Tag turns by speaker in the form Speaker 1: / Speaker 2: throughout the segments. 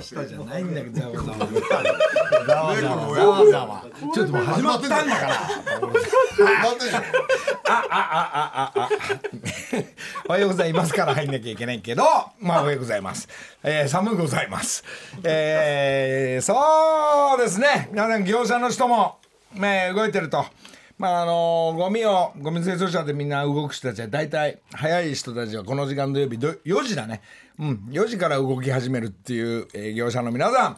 Speaker 1: したじゃないんだけどざわざわ
Speaker 2: ざわざわざわざわ
Speaker 1: ちょっともう始まったんだから
Speaker 2: なんで
Speaker 1: おはようございますから入んなきゃいけないけど、まあおはようございます。えー、寒うございます。えー、そうですね。皆さん業者の人も、えー動いてると。まああのゴミをゴミ清掃車でみんな動く人たちは大体早い人たちはこの時間土曜日ど4時だね、うん、4時から動き始めるっていう、えー業者の皆さん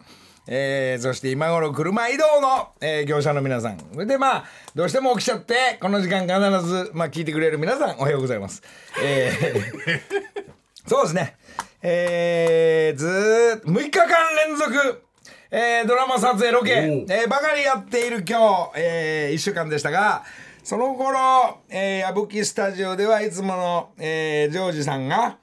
Speaker 1: えーそして今頃車移動の、えー業者の皆さんそれでまあどうしても起きちゃってこの時間必ず、まあ、聞いてくれる皆さんおはようございます、えーそうですねえーずーっと6日間連続えードラマ撮影ロケ、えーばかりやっている今日、え1週間でしたがその頃、えー、矢吹スタジオではいつもの、えージョージさんが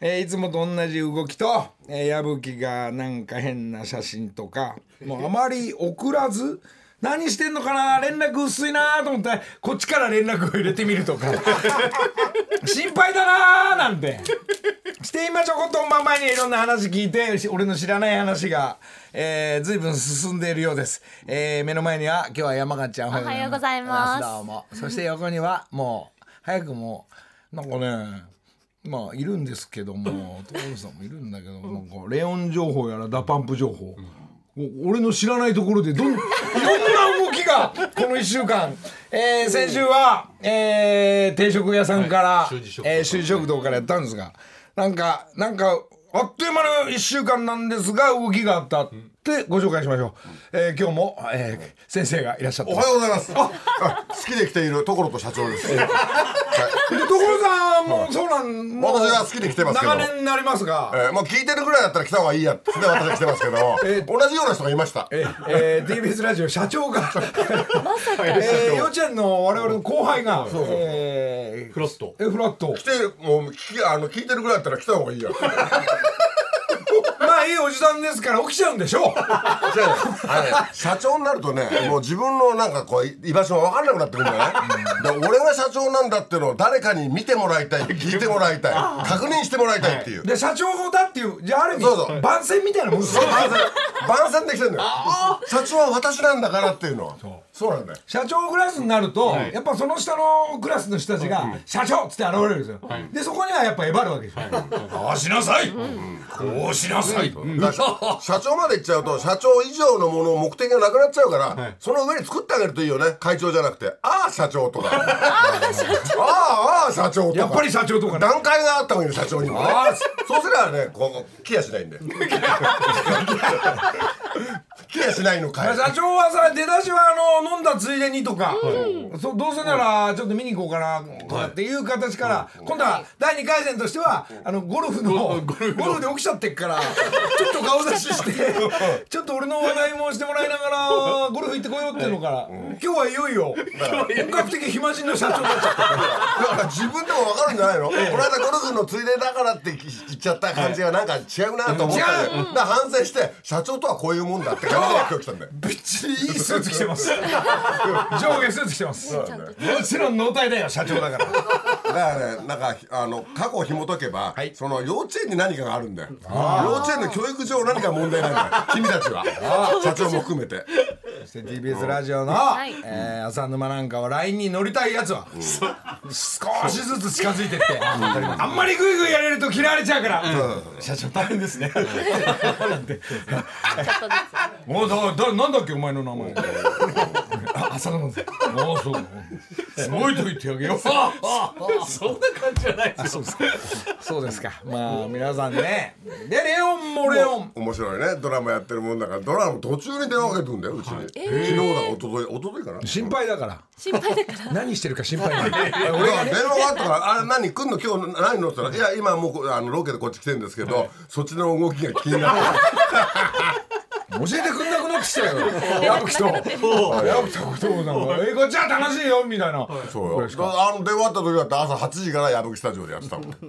Speaker 1: えーいつもと同じ動きと、えー、矢吹がなんか変な写真とかもうあまり送らず何してんのかな連絡薄いなと思ってこっちから連絡を入れてみるとか心配だなーなんてして今ちょこっと本番前にいろんな話聞いてし俺の知らない話が、えー、随分進んでいるようです、えー目の前には今日は山形ちゃんおは
Speaker 3: おはようございます
Speaker 1: どうもそして横にはもう早くもうなんかねまあいるんですけども所さんもいるんだけどなんかレオン情報やらダパンプ情報、お俺の知らないところでどん いろんな動きがこの1週間、えー先週は、えー定食屋さんから、
Speaker 2: 修理食堂
Speaker 1: えー修理食堂からやったんですがなんかなんかあっという間の1週間なんですが動きがあったってご紹介しましょう、えー今日も、えー先生がいらっしゃって
Speaker 2: お
Speaker 1: ます
Speaker 2: はようございますあ好きで来ているところと社長ですはい
Speaker 1: で所さんもそうなんもう
Speaker 2: 私は好きで来てますけど
Speaker 1: 長年になりますが、
Speaker 2: えーもう聞いてるぐらいだったら来た方がいいやって私は来てますけど同じような人がいました
Speaker 1: ええー TBS ラジオ社長がえー幼稚園の我々の後輩がえー
Speaker 4: フロット
Speaker 1: えフラット
Speaker 2: 来てもう聞きあの聞いてるぐらいだったら来た方がいいや
Speaker 1: まあいいおじさんですから起きちゃうんでしょう
Speaker 2: 違うよあのね社長になるとねもう自分のなんかこう居場所が分かんなくなってくるんだよねで俺が社長なんだっていうのを誰かに見てもらいたい聞いてもらいたい確認してもらいたいっていう、
Speaker 1: で社長だっていうじゃあある意味
Speaker 2: そうそう
Speaker 1: 番宣みたいなもんですよ
Speaker 2: 番宣番宣できてるんだよ社長は私なんだからっていうのはそうなんだよ
Speaker 1: 社長クラスになると、やっぱその下のクラスの人たちが「社長!」っつって現れるんですよ、でそこにはやっぱえばるわけですよ、ああしなさい、こうしなさい、
Speaker 2: だか ら社長まで行っちゃうと社長以上のものを目的がなくなっちゃうから、その上に作ってあげるといいよね会長じゃなくてああ社長とかああああ社長とか
Speaker 1: やっぱり社長とかね
Speaker 2: 段階があった方がいいの社長にもね
Speaker 1: ああ
Speaker 2: そうすればねこうケアしないんで ケアしないのかい
Speaker 1: 社長はさ出だしはあの飲んだついでにとか、そうどうせならちょっと見に行こうかなとかっていう形から、今度は第2回戦としてはあのゴルフのゴルフで起きちゃってっからちょっと顔出ししてちょっと俺の話題もしてもらいながらゴルフ行ってこようっていうのから、今日はいよいよ本格的暇人の社長になっちゃったから。
Speaker 2: だから自分でも分かるんじゃないのこの間ゴルフのついでだからって言っちゃった感じがなんか違うなと思ったんだよだから反省して社長とはこういうもんだって感じで今日来たんだよ
Speaker 1: ぶっちりいいスーツ着てます 上下スーツ着てますもちろん脳体だよ社長だから
Speaker 2: だからねなんかあの過去を紐解けば、
Speaker 1: はい
Speaker 2: その幼稚園に何かがあるんだよ幼稚園の教育上何か問題なんだよ 君たちは社長も含めて
Speaker 1: そして TBS ラジオの、
Speaker 3: い
Speaker 1: えー浅沼なんかは LINE に乗りたいやつは、少しずつ近づいてって、あんまりグイグイやれると嫌われちゃうから、社長大変です ねなんておだだなんだっけお前の名前あ浅沼ですあそうすごいと言ってあげ よう
Speaker 4: そんな感じじゃないですよ
Speaker 1: そうですかまあ皆さんねでレオンもレオン
Speaker 2: 面白いねドラマやってるもんだからドラマの途中に電話かけてくんだようちに、昨日だか一昨日一昨日かな
Speaker 1: 心配だから
Speaker 3: 心配だか ら
Speaker 1: 何してるか心配なんだ
Speaker 2: 俺が電話があったから「あれ何来んの今日何の?」って言ったら「いや今もうこあのロケでこっち来てんですけど、そっちの動きが気になって
Speaker 1: 教えてくんなくなってきたよ矢吹と矢吹とことなんか「えこっちは楽しいよ」みたいな
Speaker 2: そうよあの電話あった時だって朝8時から矢吹スタジオでやって たもん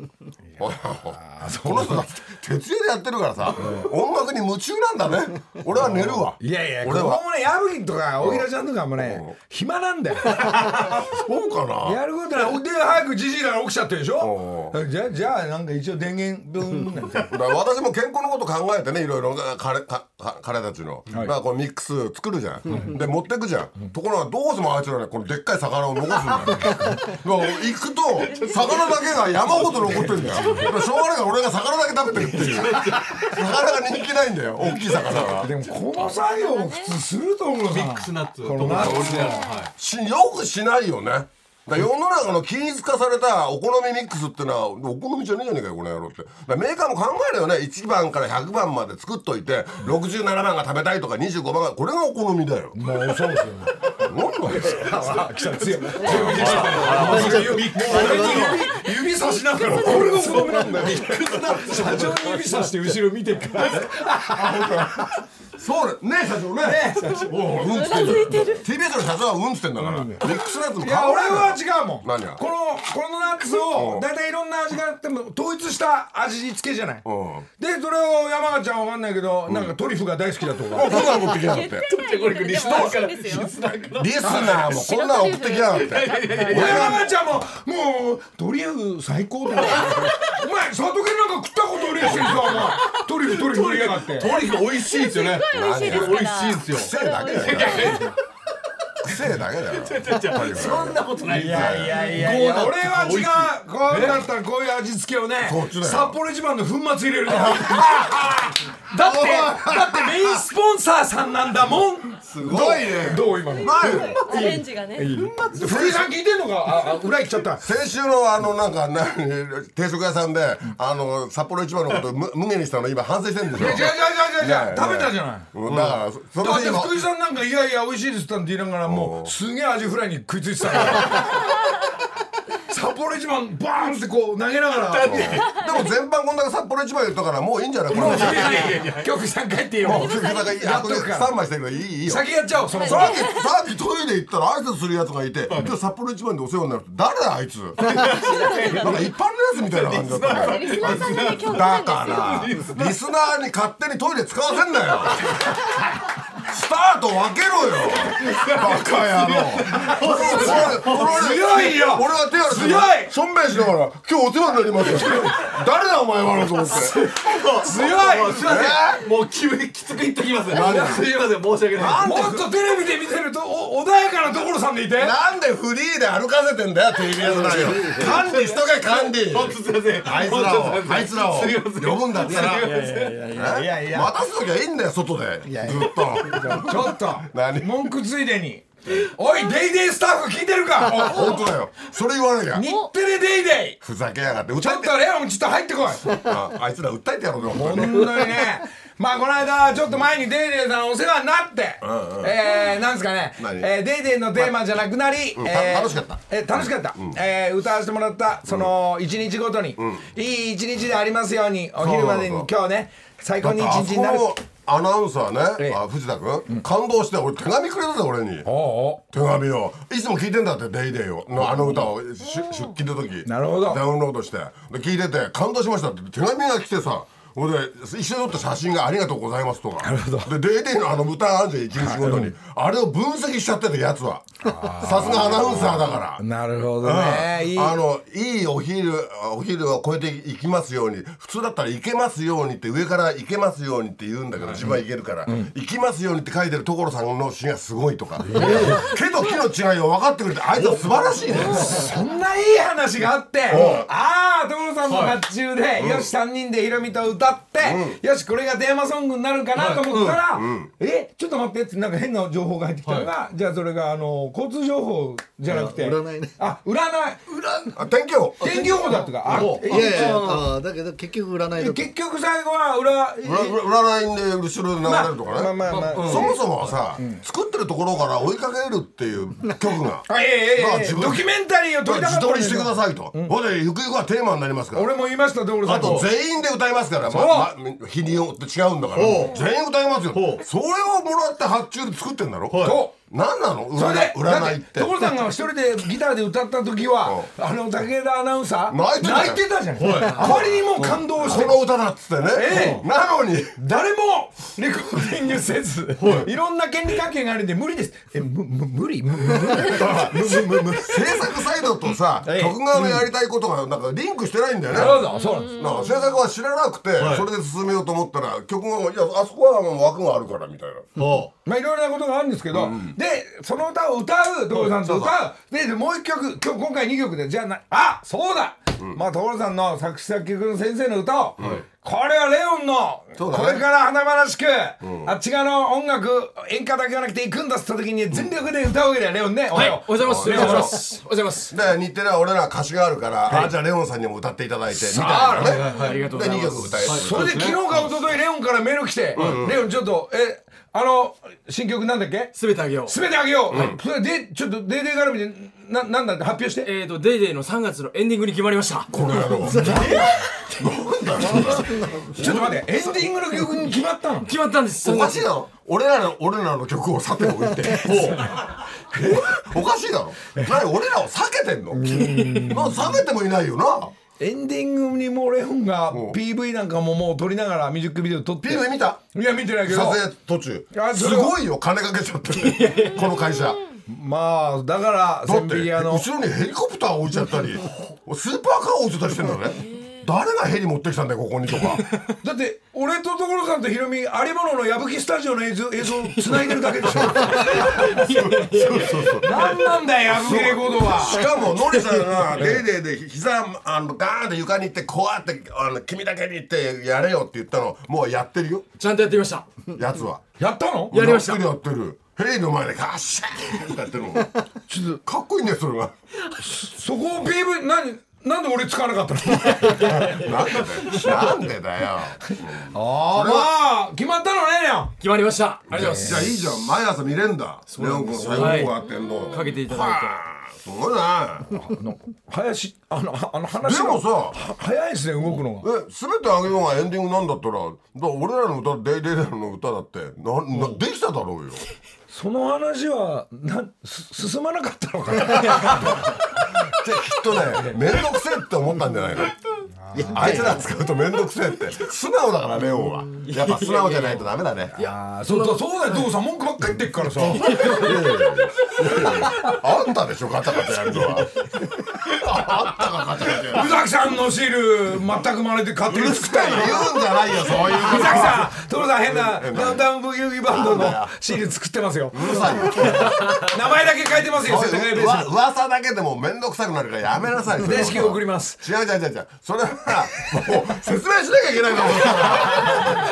Speaker 2: この人だって徹夜でやってるからさ音楽に夢中なんだね俺は寝るわ
Speaker 1: いやいや
Speaker 2: 俺
Speaker 1: こ
Speaker 2: は
Speaker 1: こもね矢吹とか大平ちゃんとかもね暇なんだよ
Speaker 2: そうかな
Speaker 1: やることないで早くじじいらが起きちゃってるでしょじゃあじゃあなんか一応電源分なんて
Speaker 2: だから私も健康のこと考えてねいろいろかかかか彼たちの、だからこうミックス作るじゃん、で持ってくじゃん、ところがどうしてもあいつらねこのでっかい魚を残すんだよ だから行くと魚だけが山ほど残ってる んだよだからしょうがないから俺が魚だけ食べてるっていう魚が人気ないんだよ大きい魚が
Speaker 1: でもこの作業を普通すると思う
Speaker 4: ミックスナッツ
Speaker 1: このナッツ
Speaker 4: オリジナルのは
Speaker 2: しよくしないよねだから世の中の均一化されたお好みミックスってのはお好みじゃねえじゃねえかよこの野郎ってだからメーカーも考えるよね1番から100番まで作っといて67番が食べたいとか25番がこれがお好みだよ
Speaker 1: もうそうですよね
Speaker 2: 何なんですか
Speaker 1: ああ来た強い強い来た指指指差しながらこれがお好みなんだよ社長に指差して後ろ見てから
Speaker 2: そうねえ社長ねおううんっつってんだよ TBS の社長はうんっつってんだからミックスナッツも
Speaker 1: い
Speaker 2: 考
Speaker 1: や俺
Speaker 2: えろ
Speaker 1: は違うもん
Speaker 2: 何が
Speaker 1: このこのナッツを大体いろんな味があっても統一した味付けじゃない
Speaker 2: うん
Speaker 1: でそれを山形ちゃんわかんないけどなんかトリュフが大好きだとか
Speaker 2: もうこんなの持ってきやがって
Speaker 4: いじゃあこれリスナーから
Speaker 3: でも美味
Speaker 4: リ
Speaker 3: しいんです
Speaker 4: スナーから
Speaker 2: リスナーもこんなの送ってきやがって
Speaker 1: 俺山ちゃんももうトリュフ最高 だよお前佐渡県なんか食ったことねえしさお前トリュフトリュフ言いやがって
Speaker 4: とにかく美味しいですよね
Speaker 3: ごい美味しい
Speaker 4: 美
Speaker 3: ですか
Speaker 4: 味
Speaker 3: ら
Speaker 4: しいですよ
Speaker 2: 癖だけだよ癖だけだよ
Speaker 4: そんなことない
Speaker 1: い
Speaker 4: ですよ
Speaker 1: やいやいや
Speaker 4: ゴーダ
Speaker 1: 俺は違うこうだったらこういう味付けをね
Speaker 2: そっちだよ
Speaker 1: 札幌一番の粉末入れるのだって だってメインスポンサーさんなんだもんす
Speaker 2: ごいね
Speaker 1: どうどう今の
Speaker 2: ない
Speaker 3: アレンジがね
Speaker 1: 福井さん聞いてんのかああ裏行っちゃった
Speaker 2: 先週のあのなんか何定食屋さんであの札幌一番のことむ無限にしたの今反省してるんでしょ
Speaker 1: 違う違う違う違う
Speaker 2: いやいや
Speaker 1: 食べたじゃない
Speaker 2: うんだからそそ
Speaker 1: だ
Speaker 2: の
Speaker 1: って
Speaker 2: 日も
Speaker 1: 福井さんなんか「いやいや美味しいです」って言いながらもうすげえアジフライに食いついてたから札幌一番バーンってこう投げながら「も
Speaker 2: でも全般こんだけ札幌一番言ったからもういいんじゃないこれもう
Speaker 1: ういやいやいや局さん帰ってよ
Speaker 2: 鈴木さんがいい
Speaker 1: やっ
Speaker 2: あ
Speaker 1: と
Speaker 2: と
Speaker 1: く
Speaker 2: で
Speaker 1: から
Speaker 2: スタンバイしてるからいいいいよさっ
Speaker 1: 先やっちゃおうそのその
Speaker 2: きさっきトイレ行ったら挨拶するやつがいて今日札幌一番でお世話になるって誰だ あいつなんか一般のやつみたいな感じだったね
Speaker 3: リスナーさんがね興味な
Speaker 2: だ
Speaker 3: いんですよ
Speaker 2: からリスナーに勝手にトイレ使わせんなよスタート分けろよバカ野郎
Speaker 1: 強いよ
Speaker 2: 俺は手洗
Speaker 1: 強い
Speaker 2: しょんべんしながら今日お世話になりました誰だお前はと思って
Speaker 1: 強
Speaker 4: もう
Speaker 1: い
Speaker 4: すいませんもうききつく言ってきますすいません申し訳ない
Speaker 1: もっとテレビで見てるとお穏やかな所さんでいて
Speaker 2: なんでフリーで歩かせてんだよ TBS ラジオ管理しとけ管理
Speaker 4: 本当すいません
Speaker 2: あいつらをあいつらを
Speaker 4: すいません
Speaker 2: 呼ぶんだったら
Speaker 1: いやいや
Speaker 2: 待たすときはいいんだよ外でずっ と
Speaker 1: ちょっと
Speaker 2: 何
Speaker 1: 文句ついでに「おいデイデイスタッフ聞いてるか
Speaker 2: 本当だよそれ言わなきゃ
Speaker 1: 日テレデイデイ」
Speaker 2: ふざけやがって
Speaker 1: ち
Speaker 2: 歌
Speaker 1: ょ
Speaker 2: っ
Speaker 1: ってとレオンちょっと入ってこい
Speaker 2: ああいつら訴えてやろうよ本当に
Speaker 1: 本当にねまあこの間ちょっと前に『デイデイさんお世話になって、えーなんですかね
Speaker 2: 何
Speaker 1: えー『デイデイのテーマじゃなくなり、
Speaker 2: ん
Speaker 1: えー
Speaker 2: た楽しかった
Speaker 1: えー楽しかった、えー歌わせてもらったその一日ごとに、いい一日でありますようにお昼までに
Speaker 2: そうそう
Speaker 1: 今日ね最高に一
Speaker 2: あそ
Speaker 1: 日
Speaker 2: こ
Speaker 1: になる
Speaker 2: のアナウンサー
Speaker 1: ええ
Speaker 2: ね、あ藤田君、感動して、俺手紙くれたぜ、俺に。
Speaker 1: お
Speaker 2: 手紙を、いつも聞いてんだって、デイデイを、のあの歌を、し出勤の時。
Speaker 1: なるほど
Speaker 2: ダウンロードして、で、聞いてて、感動しましたって、手紙が来てさ。ほんで一緒に撮った写真がありがとうございますとかで『デイデイのあの歌あるじゃん一日ごとにあれを分析しちゃっててやつはさすがアナウンサーだから
Speaker 1: おなるほど
Speaker 2: う
Speaker 1: ね
Speaker 2: ん
Speaker 1: いい
Speaker 2: あのいいお昼お昼を超えていきますように普通だったら行けますようにって上から行けますようにって言うんだけど自分は行けるから、行きますようにって書いてる所さんの詩がすごいとか、けど木の違いを分かってくれてあいつは素晴 らしいね
Speaker 1: そんないい話があってああ所さんの発注で、よし3人でヒロミと歌って、よしこれがテーマソングになるかなと思ったら、えちょっと待ってってなんか変な情報が入ってきたのが、じゃあそれがあの交通情報じゃなくて
Speaker 5: あ占いね
Speaker 1: あ占い
Speaker 2: あ天気予報
Speaker 1: 天気予報だとかあえ
Speaker 5: いやいやあーだけど結局占いだと
Speaker 1: 結局最後は裏
Speaker 2: うらうら占いで後ろで流れるとかね、
Speaker 1: まあまあまあ、
Speaker 2: そもそもはさ、作ってるところから追いかけるっていう曲が
Speaker 1: あいやいやいやいや
Speaker 2: まあ自分
Speaker 1: ドキュメンタリーを撮りたか
Speaker 2: 自
Speaker 1: ったんだ
Speaker 2: 撮
Speaker 1: けど
Speaker 2: りしてくださいと、ほんでゆくゆくはテーマになりますから
Speaker 1: 俺も言いました所さ
Speaker 2: あ
Speaker 1: んに
Speaker 2: と全員で歌いますから、
Speaker 1: う
Speaker 2: まま、日によって違うんだから全員歌いますよ
Speaker 4: ほう
Speaker 2: それをもらって発注で作ってんだろ
Speaker 4: はい
Speaker 1: と
Speaker 2: 何なの
Speaker 1: それ
Speaker 2: 占
Speaker 1: で
Speaker 2: い占いって
Speaker 1: だ所さんが一人でギターで歌った時はあの武田アナウンサー
Speaker 2: 泣いてたよ
Speaker 1: じゃないあまりにも感動して
Speaker 2: この歌だっつってね、
Speaker 1: ええ
Speaker 2: なのに
Speaker 1: 誰もレコーディングせず、い、ろんな権利関係があるんで無理です。え、む、む、無理、む、む、無理、む、む、む。
Speaker 2: 制作サイドとさ
Speaker 1: ええ
Speaker 2: 曲側のやりたいことがなんかリンクしてないんだよね
Speaker 1: なるほど、そうなんです。
Speaker 2: なんか制作は知らなくて、それで進めようと思ったら曲がもういやあそこはもう枠があるからみたいな
Speaker 5: も
Speaker 1: まあ、いろいろなことがあるんですけど、で、その歌を歌う、所さんと歌う、で、でもう一曲、今日、今回二曲で、じゃあな、あ、そうだ。まあ、所さんの作詞作曲の先生の歌を、これはレオンの、
Speaker 2: そうだね
Speaker 1: これから華々しく、あっち側の音楽、演歌だけじゃなくて、行くんだっつった時に、全力で歌うわけだよ、レオンね。
Speaker 4: はい、おはよ
Speaker 1: よ
Speaker 4: うございます。お
Speaker 1: レ
Speaker 4: は
Speaker 1: オ
Speaker 4: よう
Speaker 1: ン
Speaker 4: ございま。す。おはようございます。
Speaker 2: で日テレは俺ら歌詞があるから、あじゃあレオンさんにも歌っていただいてみたいなね、
Speaker 4: ありがとうご
Speaker 2: で
Speaker 4: ざい
Speaker 2: 2
Speaker 4: ま
Speaker 2: 曲
Speaker 4: す。
Speaker 2: 歌える、
Speaker 1: それで昨日か一昨日レオンからメール来て、レオンちょっと、え、あの、新曲なんだっけ
Speaker 4: すべてあげよう。
Speaker 1: すべてあげよう、それで、ちょっと、デーデー絡みで、な、なんだって発表して。
Speaker 4: えーと、デイデイの3月のエンディングに決まりました。
Speaker 2: この野郎
Speaker 1: ちょっと待って、エンディングの曲に決まったの
Speaker 4: 決まったんです。
Speaker 2: お
Speaker 4: 3
Speaker 2: かしい
Speaker 4: 月。
Speaker 2: だろ俺らの俺らの曲を避けておいておおかしいだろ何俺らを避けてんのまあ避けてもいないよな
Speaker 1: エンディングにもうレオンが
Speaker 2: ん
Speaker 1: PV なんかももう撮りながらミュージックビデオ撮って。
Speaker 2: PV 見た
Speaker 1: いや、見てないけ
Speaker 2: 撮
Speaker 1: ど。
Speaker 2: 影途中
Speaker 1: あそ
Speaker 2: す
Speaker 1: れは
Speaker 2: ごいよ金かけちゃってこの会社
Speaker 1: まあ、だから、
Speaker 2: だっ
Speaker 1: 千
Speaker 2: て
Speaker 1: 匹屋の。
Speaker 2: 後ろにヘリコプター置いちゃったりスーパーカー置いてたりしてんだね誰がヘリ持ってきたんだよここにとか
Speaker 1: だって、俺と所さんとヒロミ、有物の矢吹スタジオの映像、映像 繋いでるだけでしょ。
Speaker 2: そうそうそう
Speaker 1: なんなんだよ、矢吹レコードは。
Speaker 2: しかもノリさんが「デイデイ」で膝あのガーンって床に行ってこうやってあの「君だけに」ってやれよって言ったのもうやってるよ
Speaker 4: ちゃんとやってみました。
Speaker 2: やつは
Speaker 1: やったの
Speaker 4: やりまし
Speaker 2: や
Speaker 4: た
Speaker 2: ってるやってるヘリの前でガッシャーンってやってるのちょっとかっこいいんだよそれが
Speaker 1: そこを PV 何なんで俺使わなかったの
Speaker 2: なんでだよなんでだよ
Speaker 1: ああまあ決まったのねレオン
Speaker 4: 決まりました。ありがとうござ
Speaker 2: じゃあい
Speaker 4: いま
Speaker 2: い
Speaker 4: す。
Speaker 2: じゃん毎朝見れんだレオン君最後こうやってんの
Speaker 4: かけていただいて
Speaker 2: はあすごいな
Speaker 1: あの林あのああの話
Speaker 2: で
Speaker 1: が
Speaker 2: もさ
Speaker 1: は早いですね動くのが
Speaker 2: え全てあげようがエンディングなんだったらだから俺らの歌「デイデイデイ」の歌だってななできただろうよ
Speaker 1: その話はなす進まなかったのかな
Speaker 2: できっとね面倒くせえって思ったんじゃないのあいつら使うと面倒くせえって素直だからレオンはやっぱ素直じゃないとダメだねいや
Speaker 1: あーそうそうそうだよ父さん文句ばっかり言ってっから さ
Speaker 2: いやいやいやあんたでしょガチャガチャやるのはあんたがガチャガチャやる
Speaker 1: 宇崎さんのシール全く真似て勝手に作ったんよ
Speaker 2: 言うんじゃないよそういう
Speaker 1: 宇
Speaker 2: の
Speaker 1: 崎さん所さん変なダウンタウンブギウギバンドのシール作ってますよ
Speaker 2: うるさいよ
Speaker 1: 名前だけ書いてますよ世田谷ベース
Speaker 2: うわ噂だけでも面倒くさくなるからやめなさい
Speaker 1: にで式送ります
Speaker 2: 違う違う違う違うそれはもう説明しなきゃいけないと思うか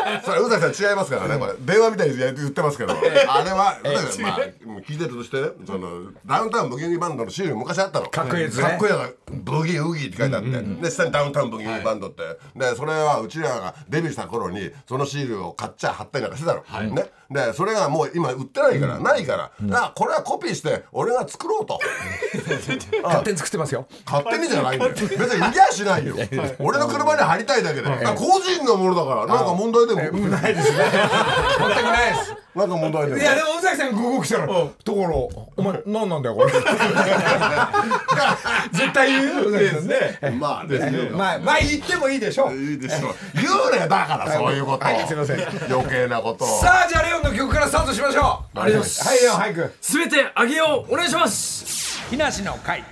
Speaker 2: らそれ宇崎さん違いますからねこれ電話みたいに言ってますけどあれは宇崎さんまあ聞いてるとしてねそのダウンタウンブギウギバンドのシール昔あったの
Speaker 1: かっこいいやつね
Speaker 2: かっこいいやつブギウギって書いてあってで下にダウンタウンブギウギバンドってでそれはうちらがデビューした頃にそのシールを買っちゃ貼ったりなんかしてたのねでそれがもう今売ってないからないからだからこれはコピーして俺が作ろうと。
Speaker 1: 勝手に作ってますよ
Speaker 2: 勝手にじゃないんだよ別に売りゃしないよ俺の車に貼りたいだけで個人のものだからなんか問題でもないですね
Speaker 1: 全くないです
Speaker 2: なんか問題でも
Speaker 1: いやでも宇崎さんがここ来たら「ところお前何なんだよ これ」絶対言うよ宇崎さんね
Speaker 2: まあですよ
Speaker 1: まあまあ言ってもいいでしょう
Speaker 2: いいでしょ言うねだからそういうこと
Speaker 1: はいすいません
Speaker 2: 余計なことを
Speaker 1: さあじゃあレオンの曲からスタートしましょう
Speaker 2: ありがとうございます
Speaker 1: はいレオン俳句
Speaker 4: すべてあげよう。お願いします。
Speaker 1: 日梨の会
Speaker 5: う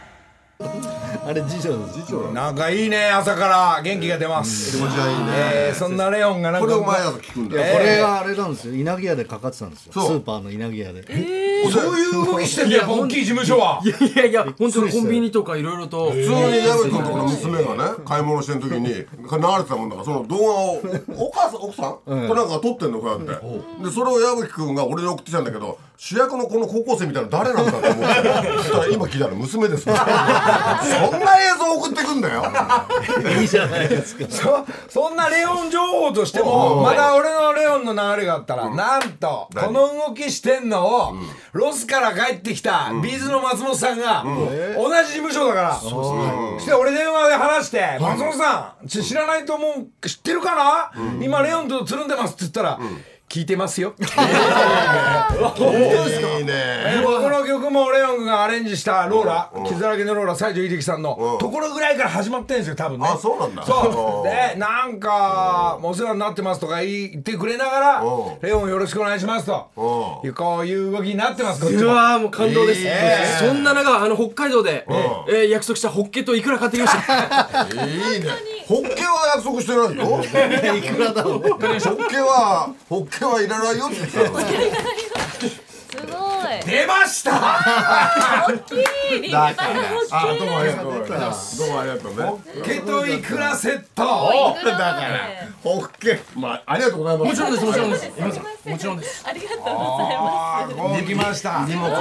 Speaker 5: あれ辞書です
Speaker 1: なんかいいね朝から元気が出ます気持ちがいいねえーそんなレオンがなん
Speaker 2: こ
Speaker 1: か
Speaker 2: れお前だと聞くんだよ
Speaker 5: これがあれなんですよ稲城屋でかかってたんですよス
Speaker 2: そう
Speaker 5: ーパーの稲城屋で
Speaker 1: そういう動きしてんだよやっぱ大きい事務所はい
Speaker 4: やいやいや、本当にコンビニとかいろいろと。
Speaker 2: 普通に矢吹君とこの娘がね買い物してる時に流れてたもんだからその動画をお母さん奥さんとなんか撮ってんのこうやってでそれを矢吹君が俺に送ってきたんだけど主役のこの高校生みたいなの誰なんだって思ってそしたら今聞いたら娘ですそん な映像送ってくんだよ
Speaker 5: いいじゃないですか
Speaker 1: そそんなレオン情報としてもまだ俺のレオンの流れがあったら、なんとこの動きしてんのを、ロスから帰ってきた、ビーズの松本さんが、同じ事務所だから、そして俺電話で話して「松本さんち知らないと思う知ってるかな、今レオンとつるんでます」って言ったら「聞いてますよ。
Speaker 2: いいね
Speaker 1: えー僕の曲もレオンがアレンジしたローラ、傷だらけのローラ、西城秀樹さんのところぐらいから始まってんですよ、多分ね。
Speaker 2: あそうなんだ
Speaker 1: そう。
Speaker 2: うん
Speaker 1: で、なんか、お世話になってますとか言ってくれながら
Speaker 2: うん、
Speaker 1: レオンよろしくお願いしますと、こ
Speaker 2: う
Speaker 1: ういう動きになってます、こっち
Speaker 4: う
Speaker 1: も。
Speaker 4: わーもう感動です、
Speaker 1: えー
Speaker 4: そんな中あの北海道で、
Speaker 2: うん
Speaker 4: えー約束したホッケといくら買ってきました
Speaker 2: いいねホッケは約束してないよホッ
Speaker 5: いくらだろう
Speaker 2: ケはホッケはいらないよって言ってたの
Speaker 3: すご
Speaker 1: 出ました
Speaker 3: い。大きい。立派なホッ
Speaker 2: あ
Speaker 3: ケ
Speaker 2: どうもありがとうございますどうもありがとうね
Speaker 1: 毛といくらセッ
Speaker 3: ー
Speaker 1: ト。
Speaker 3: いくらだから。
Speaker 2: ホッケまあありがとうございます
Speaker 4: もちろんですもちろんです
Speaker 3: もちろんです。ありがとうございま
Speaker 1: ああ、こうきました。
Speaker 2: 荷物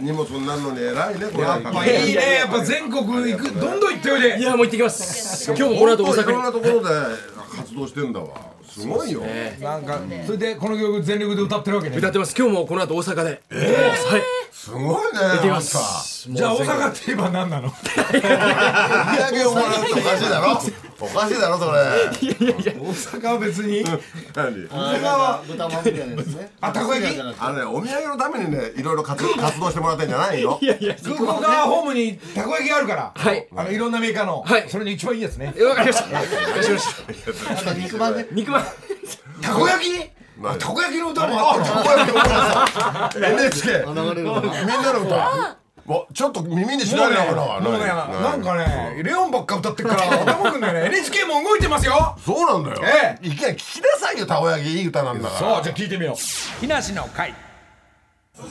Speaker 2: 荷物になるのに偉いねこれやっぱ
Speaker 1: いいね、やっぱ全国行く、どんどん行っておいで
Speaker 4: い。やもう行ってきます今日もこ
Speaker 2: こ
Speaker 4: の
Speaker 2: れ
Speaker 4: 後
Speaker 2: と
Speaker 4: 大
Speaker 2: い
Speaker 4: 阪
Speaker 2: ろん
Speaker 4: に
Speaker 2: なところで活動してんだわすごいよ
Speaker 1: なんか、それでこの曲全力で歌ってるわけね
Speaker 4: 歌。ってます今日もこの後大阪で、はい
Speaker 2: すごいね
Speaker 4: 行ってきま
Speaker 2: あんた
Speaker 4: す
Speaker 1: じゃあ大阪って言えば何なの
Speaker 2: お土産をもらうとおかしいだろおかしいだろそれ
Speaker 1: 大阪は別 に。
Speaker 2: 何
Speaker 5: 豚まんみたいなやつね
Speaker 1: あ、たこ焼き
Speaker 2: あのねお土産のためにねいろいろ活活動してもらってんじゃないよ
Speaker 1: 空港からホームにたこ焼きがあるから、
Speaker 4: はい
Speaker 1: あのいろんなメーカーの、
Speaker 4: はい
Speaker 1: それに一番いいやつね。
Speaker 4: えわかりました
Speaker 5: あと肉まんね
Speaker 4: 肉まん
Speaker 1: たこ焼き
Speaker 2: まあ
Speaker 1: たこ焼きの歌もあったの
Speaker 2: こうやって思い出した NHK
Speaker 5: 流れるのかな
Speaker 2: みんなの歌もうちょっと耳にし
Speaker 1: も
Speaker 2: な
Speaker 1: う
Speaker 2: い
Speaker 1: ね
Speaker 2: ながら
Speaker 1: もうねなんかね、レオンばっか歌ってっから頭くんだよね NHK も動いてますよ
Speaker 2: そうなんだよ
Speaker 1: え
Speaker 2: いきなり聞きなさいよたこ焼きいい歌なんだから
Speaker 1: そうじゃあ聞いてみよう日梨の会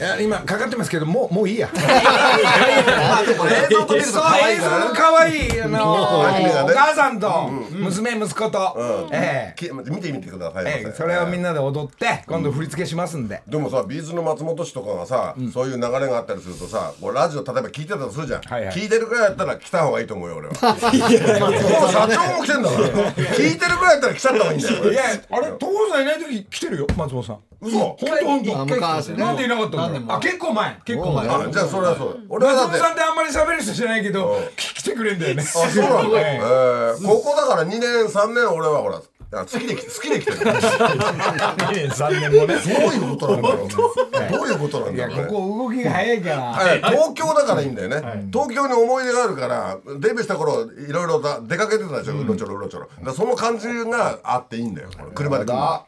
Speaker 1: いや今かかってますけどもうもういいや
Speaker 2: あでも映像と見ると
Speaker 1: そう
Speaker 2: 可愛い
Speaker 1: 映
Speaker 2: か
Speaker 1: 像の
Speaker 2: ら
Speaker 1: 可愛いあの
Speaker 2: アニメが
Speaker 1: お
Speaker 2: ね
Speaker 1: 母さんと娘息子と、ええ
Speaker 2: き見てみてくださいませ
Speaker 1: ええそれをみんなで踊って今度振り付けしますんで、
Speaker 2: でもさビーズの松本氏とかがさ、そういう流れがあったりするとさこうラジオ例えば聞いてたとするじゃん、
Speaker 1: はいはい
Speaker 2: 聞いてるくらいやったら来た方がいいと思うよ 俺はもう社長も来てんだから聞いてるくらいやったら来ちゃった方がいいんだよ
Speaker 1: いや、あれ、所さんいない時来てるよ、松本さん。
Speaker 2: 嘘
Speaker 1: 本当本当。
Speaker 5: あ昔ね
Speaker 1: なんでいなかったんだろう。あ、結構前。結構前。
Speaker 5: もう
Speaker 2: あじゃあそれはそう俺はだ
Speaker 1: 松本
Speaker 2: って
Speaker 1: さんってあんまり喋る人知らないけど、来てくれんだよね。
Speaker 2: あそうなんだ、
Speaker 1: え
Speaker 2: えー、高校だから2年3年俺はほらあ好きで好きで来てる
Speaker 1: え 残念もね。
Speaker 2: どういうことなんだろうどういうことなん
Speaker 1: い
Speaker 2: だ
Speaker 1: や、
Speaker 2: ろ
Speaker 1: こ
Speaker 2: うね
Speaker 1: こ動きが早いから。
Speaker 2: はい東京だからいいんだよね、東京に思い出があるからデビューした頃いろいろだ出かけてたでしょ、うろちょろうろちょろだからその感じがあっていいんだよこれ車で来るあ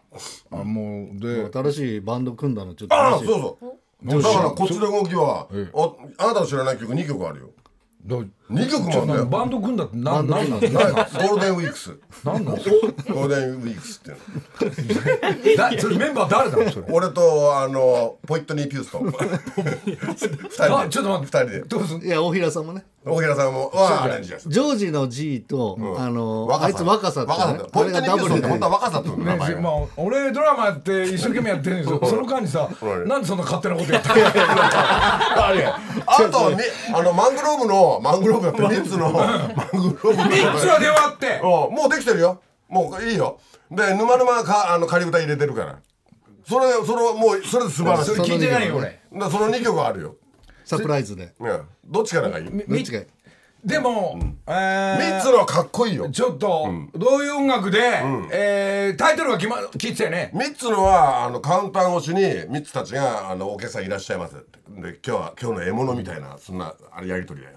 Speaker 1: あ、もう、で。
Speaker 5: 新しいバンド組んだのちょっと
Speaker 2: あそうそ
Speaker 5: 話
Speaker 2: うだからこっちの動きは、ああなたの知らない曲2曲あるよ
Speaker 1: だ
Speaker 2: 2曲もあるんだよ
Speaker 1: バンド組んだって、な、な
Speaker 5: バン
Speaker 1: んな
Speaker 5: ド
Speaker 1: ん
Speaker 5: 組ん
Speaker 1: だ。
Speaker 5: だ
Speaker 2: はいゴールデンウィークス
Speaker 1: なんなん。
Speaker 2: ゴールデンウィークスっていうの
Speaker 1: だ、それメンバー誰だろ、それ。
Speaker 2: 俺とあのポイットニー・ピュースと
Speaker 1: あ
Speaker 2: 二人、で
Speaker 1: ちょっと待って、
Speaker 2: 二人で
Speaker 1: どうすん。
Speaker 5: いや大平さんもね
Speaker 2: 大平さんもはアレンジです
Speaker 5: ジョージの G と、あの
Speaker 2: 若さ
Speaker 5: あいつ若さって、ね、
Speaker 2: 若さだよポイットニー・ピュースって本当は
Speaker 5: で
Speaker 2: 若さって名前が
Speaker 1: まあ、俺ドラマやって一生懸命やってるん ですよ。その間にさ、なんでそんな勝手なことや ってるの。
Speaker 2: あれあとねあのマングローブのマングローブだって3つのマングローブの
Speaker 1: 3つは電話あって。
Speaker 2: うんもうできてるよもういいよで沼沼かあの仮歌入れてるからそれそれもうそれで素晴らしい
Speaker 1: それ
Speaker 2: だか
Speaker 1: 聞いてないよ俺
Speaker 2: らその2曲あるよ、
Speaker 5: サプライズで
Speaker 2: ね、どっちからがいい3
Speaker 5: どっちか
Speaker 1: でも、えー
Speaker 2: つのはかっこいいよ
Speaker 1: ちょっと、どういう音楽で、えータイトルが決ま聞いてたよね
Speaker 2: 三つのはあのカウンター越しに三つたちがあのお客さんいらっしゃいますってで今日は今日の獲物みたいなそんなあれやりとりだよ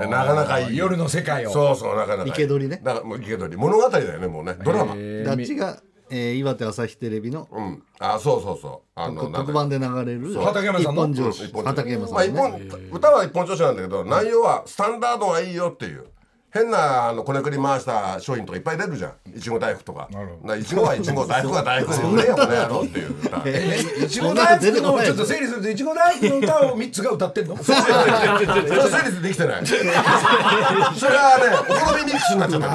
Speaker 2: でなかなかいい
Speaker 1: 夜の世界を
Speaker 2: そうそうなかなかいい
Speaker 5: 生け捕りね
Speaker 2: だからもう生け捕り物語だよねもうねドラマう
Speaker 5: であっちが、えー、岩手朝日テレビの
Speaker 2: んあそうそうそうあのなん
Speaker 5: 特
Speaker 2: か
Speaker 5: 番で流れる
Speaker 1: 畠山さんの
Speaker 5: 一本上司
Speaker 2: 一本
Speaker 5: 畠山
Speaker 2: まあ
Speaker 5: さん
Speaker 2: 一
Speaker 5: の
Speaker 2: 本
Speaker 5: ね
Speaker 2: 歌は一本調子なんだけど内容はスタンダードがいいよっていう変なあのこねくり回した商品とかいっぱい出るじゃんいちご大福とかないちごはいちご大福は大福で売れよこの野郎っていう歌
Speaker 1: いちご大福のちょっと整理するといちご大福の歌を3つが歌ってんのそう
Speaker 2: それは成立できてない。それはね、お好みミックスになっちゃった。